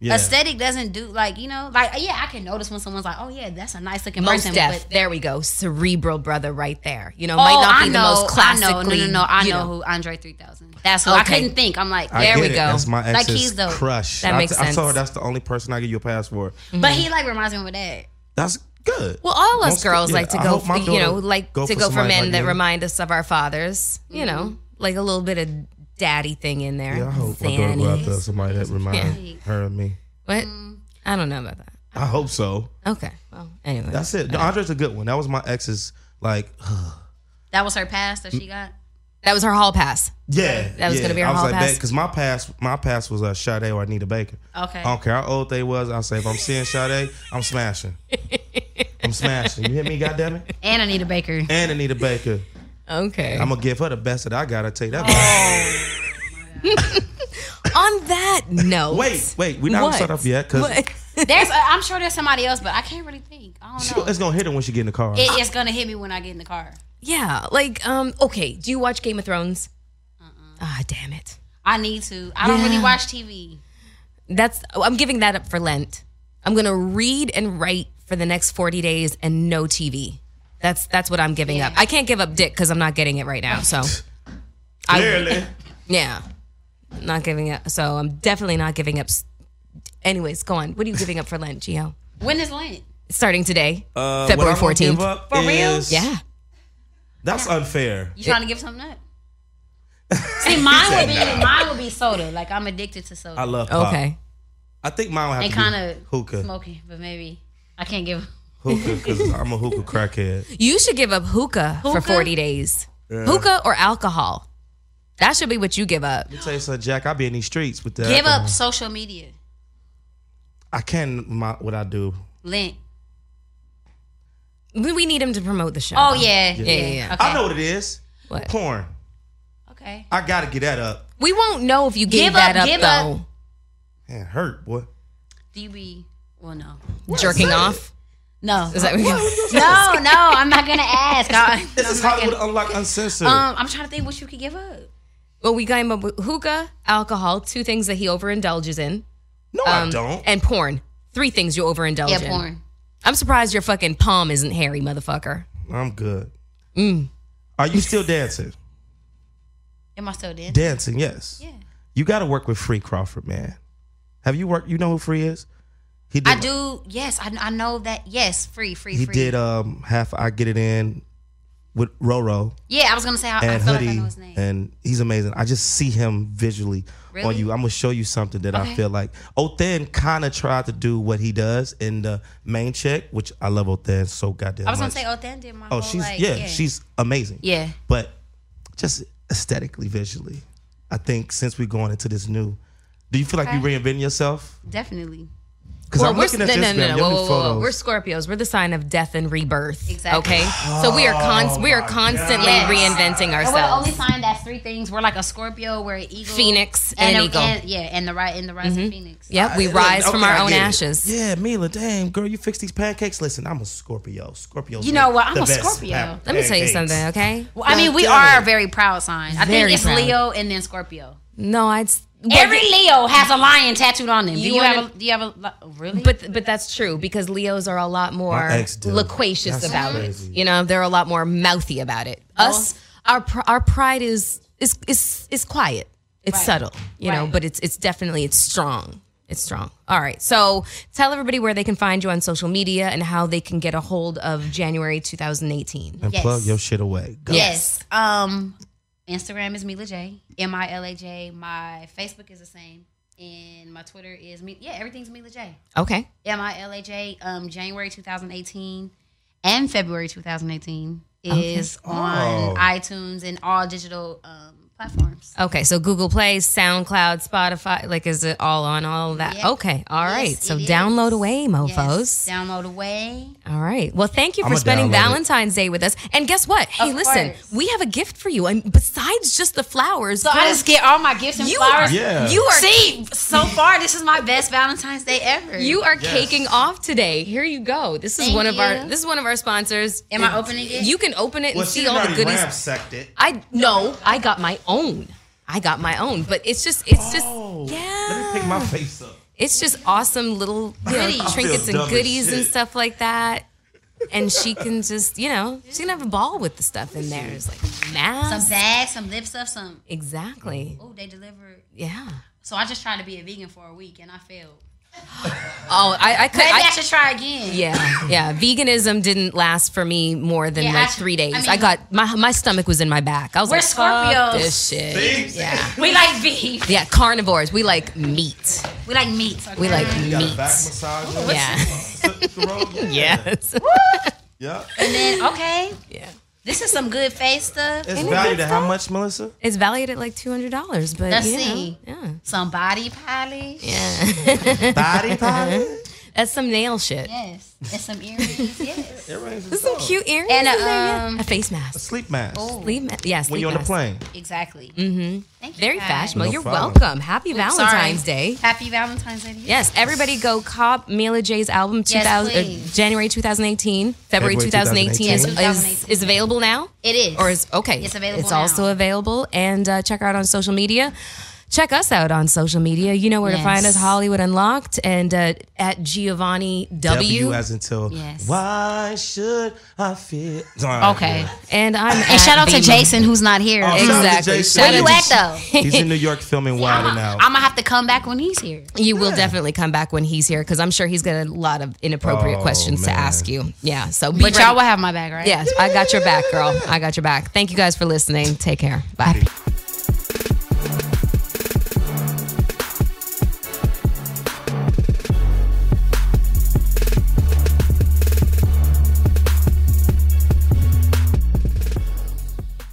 C: Yeah.
A: aesthetic doesn't do like you know like yeah I can notice when someone's like oh yeah that's a nice looking
B: Most
A: person
B: deaf.
A: but
B: There we go. Cerebral brother right there. You know,
A: oh
B: might not
A: I
B: be
A: know
B: the most
A: I know no
B: classically.
A: no no I
B: you
A: know, who Andre three thousand that's who I
B: Okay.
A: couldn't think I'm like
C: I
B: There
C: get
B: we
C: it.
B: go.
C: That's my
A: Like,
C: ex's
A: he's dope.
C: crush.
B: That
C: I,
B: makes
C: I told her
B: sense.
C: that's the only person I give you a pass for.
A: but he like reminds me of that
C: That's good.
B: Well, all us
C: Most-
B: girls
C: yeah,
B: like to
C: I
B: go,
C: hope my
B: for, you know,
C: daughter
B: like
C: go
B: to
C: for
B: go for
C: somebody
B: men
C: like
B: that
C: me.
B: remind us of our fathers. You know, like a little bit of daddy thing in there.
C: yeah, I hope my daughter go out there
B: Fannies.
C: somebody that reminds her of me.
B: What? I don't know about that.
C: I hope so.
B: Okay. Well, anyway.
C: That's it. No, Andre's a good one. That was my ex's like
A: that was her past that she got
B: that was her hall pass.
C: yeah.
B: That was
C: yeah.
B: gonna be her
C: I was
B: hall
C: like
B: pass?
C: because my pass my pass was a uh, Sade or Anita Baker.
A: okay
C: I don't care how old they was. I say if I'm seeing Sade, I'm smashing. I'm smashing. You hear me? Goddamn it.
A: and Anita Baker
C: And Anita Baker.
B: Okay.
C: I'm gonna give her the best that I got. I take that.
B: Oh.
C: back.
B: On that note.
C: Wait, wait. We're not gonna start off yet because
B: What?
A: there's i I'm sure there's somebody else but I can't really think I don't know
C: it's gonna hit her when she get in the car.
A: it, it's gonna hit me when I get in the car
B: yeah. Like, um, okay. Do you watch Game of Thrones? Ah, damn it.
A: I need to I don't really watch TV
B: That's. oh, I'm giving that up for Lent. I'm gonna read and write for the next 40 days and no TV. That's that's what I'm giving up. I can't give up dick because I'm not getting it right now. So, I-
C: Clearly.
B: yeah, not giving up. So I'm definitely not giving up. s- Anyways, go on. What are you giving up for Lent, Gio?
A: when is Lent
B: Starting today,
C: Uh,
B: February
C: what I'm gonna give
B: 14th.
C: up
A: For real?
C: is-
B: Yeah.
C: That's unfair.
A: You trying to give something up? See, mine would be mine would be soda. Like I'm addicted to soda
C: I love pop.
B: Okay.
C: I think mine would have
A: and
C: to be
A: kind of
C: hookah.
A: smoking, but maybe I can't give.
C: Hookah, because I'm a hookah crackhead.
B: You should give up hookah, for
A: Hookah?
B: 40 days.
C: Yeah.
B: Hookah or alcohol. That should be what you give up.
C: Tell you something, Jack. I be in these streets with that.
A: Give up social media.
C: I can my what I do.
A: Lent.
B: We, we need him to promote the show.
A: Oh yeah, yeah,
B: yeah, yeah.
A: Okay.
C: I know what it is.
B: What?
C: Porn.
A: Okay.
C: I gotta get that up.
B: We won't know if you gave
A: Give up,
B: that up,
A: give
B: though.
C: Man, hurt boy.
A: Do you be? Well, no,
B: Jerking off.
A: no,
B: Is that what you
A: no, no. I'm not gonna ask. I,
C: This is Hollywood Unlocked Uncensored.
A: um, I'm trying to think what you could give up.
B: Well, we got him up with hookah, alcohol, two things that he overindulges in,
C: no,
A: um,
C: I don't.
B: and porn. Three things you overindulge
A: Yeah,
B: in.
A: porn.
B: I'm surprised your fucking palm isn't hairy, motherfucker.
C: I'm good.
A: Mm.
C: Are you still dancing?
A: Am I still dead?
C: dancing, yes.
A: Yeah.
C: You gotta work with Free Crawford, man. Have you worked? You know who Free is? He did.
A: I do. Yes, I, I know that. Yes, free, free,
C: He
A: free.
C: did um half. I get it in with Roro.
A: Yeah, I was gonna say. I, I
C: and
A: feel
C: hoodie,
A: like I know his name.
C: and he's amazing. I just see him visually on
A: Really?
C: you. I'm gonna show you something that I
A: Okay.
C: feel like Othan kind of tried to do what he does in the main check, which I love Othan so goddamn.
A: I was gonna
C: much.
A: say. Oh, then did my.
C: oh,
A: whole,
C: she's
A: like,
C: yeah, she's amazing.
A: Yeah.
C: but just aesthetically, visually, I think since we're going into this new, do you feel like you reinventing yourself?
A: Definitely.
C: Because I'm
B: we're
C: looking at
B: no,
C: your
B: no,
C: Instagram,
B: no, no,
C: your
B: whoa,
C: new
B: whoa, whoa,
C: photos.
B: whoa. We're Scorpios. We're the sign of death and rebirth.
A: Exactly.
B: Okay. so we are const- we are
C: Oh,
B: constantly
A: Yes.
B: reinventing
A: And we're the
B: ourselves.
A: only sign that's three things. We're like a Scorpio, we're an eagle,
B: Phoenix and
A: and, a-
B: eagle.
A: and- yeah, and the right and the rising phoenix.
B: yep. We
C: Yeah,
B: rise from
C: okay,
B: our
C: I
B: own
C: get it.
B: ashes.
C: Yeah, Mila, damn girl, you fix these pancakes. Listen, I'm a Scorpio. Scorpio.
A: You know what? I'm a Scorpio.
B: Let me tell you something, okay?
A: Well, I mean, we
C: God damn
A: are
C: it.
A: a very proud sign. I
B: Very
A: think it's
B: proud.
A: Leo and then Scorpio.
B: No, I'd. s- well,
A: Every Leo has a lion tattooed on them. Do
B: You
A: you,
B: wanna-
A: have? A, do you have a? li- oh, Really?
B: But but that's true because Leos are a lot more
C: My ex did.
B: loquacious
C: That's
B: about
C: crazy.
B: it. You know, they're a lot more mouthy about it. Us, our pr- our pride is is is is quiet. It's subtle, you know,
A: Right.
B: but it's it's definitely it's strong. It's strong. All right. So tell everybody where they can find you on social media and how they can get a hold of January 2018.
C: And
A: Yes.
C: plug your shit away. Go.
A: yes. Um, Instagram is Mila J. M I L A J. My Facebook is the same, and my Twitter is me. Yeah, everything's Mila J.
B: Okay.
A: M I L A J, um, January 2018 and February 2018 is on
C: Oh.
A: iTunes and all digital um, platforms.
B: Okay, so Google Play, SoundCloud, Spotify, like is it all on all of that?
A: Yeah.
B: Okay, all
A: Yes,
B: right. So
A: it
B: download
A: is.
B: away, mofos.
A: Download away.
B: All right. Well, thank you for
C: I'ma
B: spending
C: download it.
B: Valentine's Day with us. And guess what? Hey,
A: Of
B: listen,
A: course.
B: we have a gift for you. And besides just the flowers,
A: So I just get all my gifts and
B: you are
A: flowers.
C: Yeah.
B: you are
A: See, so far this is my best Valentine's Day ever.
B: you are
C: Yes.
B: caking off today. Here you go. This is
A: Thank
B: one of our
A: you.
B: this is one of our sponsors.
A: Am I opening it?
B: You can open it and
C: Well,
B: see
C: she
B: all the
C: already
B: goodies.
C: ransacked it.
B: I no, I got my own. I got my own, but it's just it's just
C: Oh,
B: yeah.
C: Let me pick my face up.
B: It's just awesome little you know,
A: Goodies. I feel
B: trinkets and
C: dumb as
B: goodies and
C: shit.
B: stuff like that. And she can just, you know, she can have a ball with the stuff in there. It's like
A: some
B: mass.
A: bags, some lip stuff, some.
B: Exactly.
A: Oh, they delivered.
B: Yeah.
A: So I just tried to be a vegan for a week and I failed.
B: Oh, I, I could.
A: Maybe I,
B: I,
A: should try again.
B: yeah, yeah. Veganism didn't last for me more than
A: Yeah,
B: like
A: I-
B: three days. I,
A: I mean-
B: got my my stomach was in my back. I was
A: We're
B: like, Fuck
A: Scorpios.
B: this shit.
C: See?
B: Yeah,
A: We like beef.
B: yeah. Carnivores. We like meat.
A: We like meat.
B: We like
C: You got a back
B: meat.
C: massage.
B: Yeah.
C: yeah.
B: Yes.
C: Yeah.
A: And okay,
B: yeah.
A: this is some good face stuff.
C: It's
B: it
C: valued
B: good
C: at how much, Melissa?
B: It's valued at like two hundred dollars, but
A: Let's
B: you know,
A: see.
B: yeah.
A: Some body polish.
B: Yeah.
C: Body polish.
B: That's some nail shit.
A: Yes. And some earrings. yes.
C: Earrings.
B: There's some cute earrings.
A: And a,
B: in there, yeah.
A: um,
B: a face mask.
C: sleep mask.
A: Oh,
B: Sleep ma- yeah, sleep
C: when you're on the
B: mask.
C: plane.
A: exactly. Mm-hmm. Thank you.
B: Very
A: guys.
B: fashionable.
C: No
B: you're
C: problem.
B: welcome. Happy
A: Oops,
B: Valentine's
A: sorry.
B: Day.
A: Happy Valentine's Day. To you.
B: Yes, everybody go cop Mila J's album 2000, uh,
A: please.
B: January 2018, February,
C: February
B: 2018, is-
A: 2018.
B: Is, is available now.
A: It is.
B: Or is okay.
A: It's available
B: It's
A: now.
B: also available and uh, check her out on social media. Check us out on social media. You know where to find
A: Yes.
B: us: Hollywood Unlocked and uh, at Giovanni W.
C: W as until.
A: Yes.
C: Why should I feel? Sorry,
A: Okay.
C: yeah.
B: And I'm
A: And shout out to Jason who's not here.
C: Oh, shout out
B: Exactly.
C: to Jason.
A: Where
B: Shout
A: you
B: out
A: at
B: to-
A: though?
C: He's in New York filming Wild
A: I'm
C: and Out.
A: gonna have to come back when he's here.
B: You will definitely come back when he's here because I'm sure he's got a lot of inappropriate
C: Oh,
B: questions to
C: man.
B: ask you. Yeah. So, be
A: But y'all
B: ready.
A: will have my back, right?
B: yes, I got your back, girl. I got your back. Thank you guys for listening. Take care. Bye.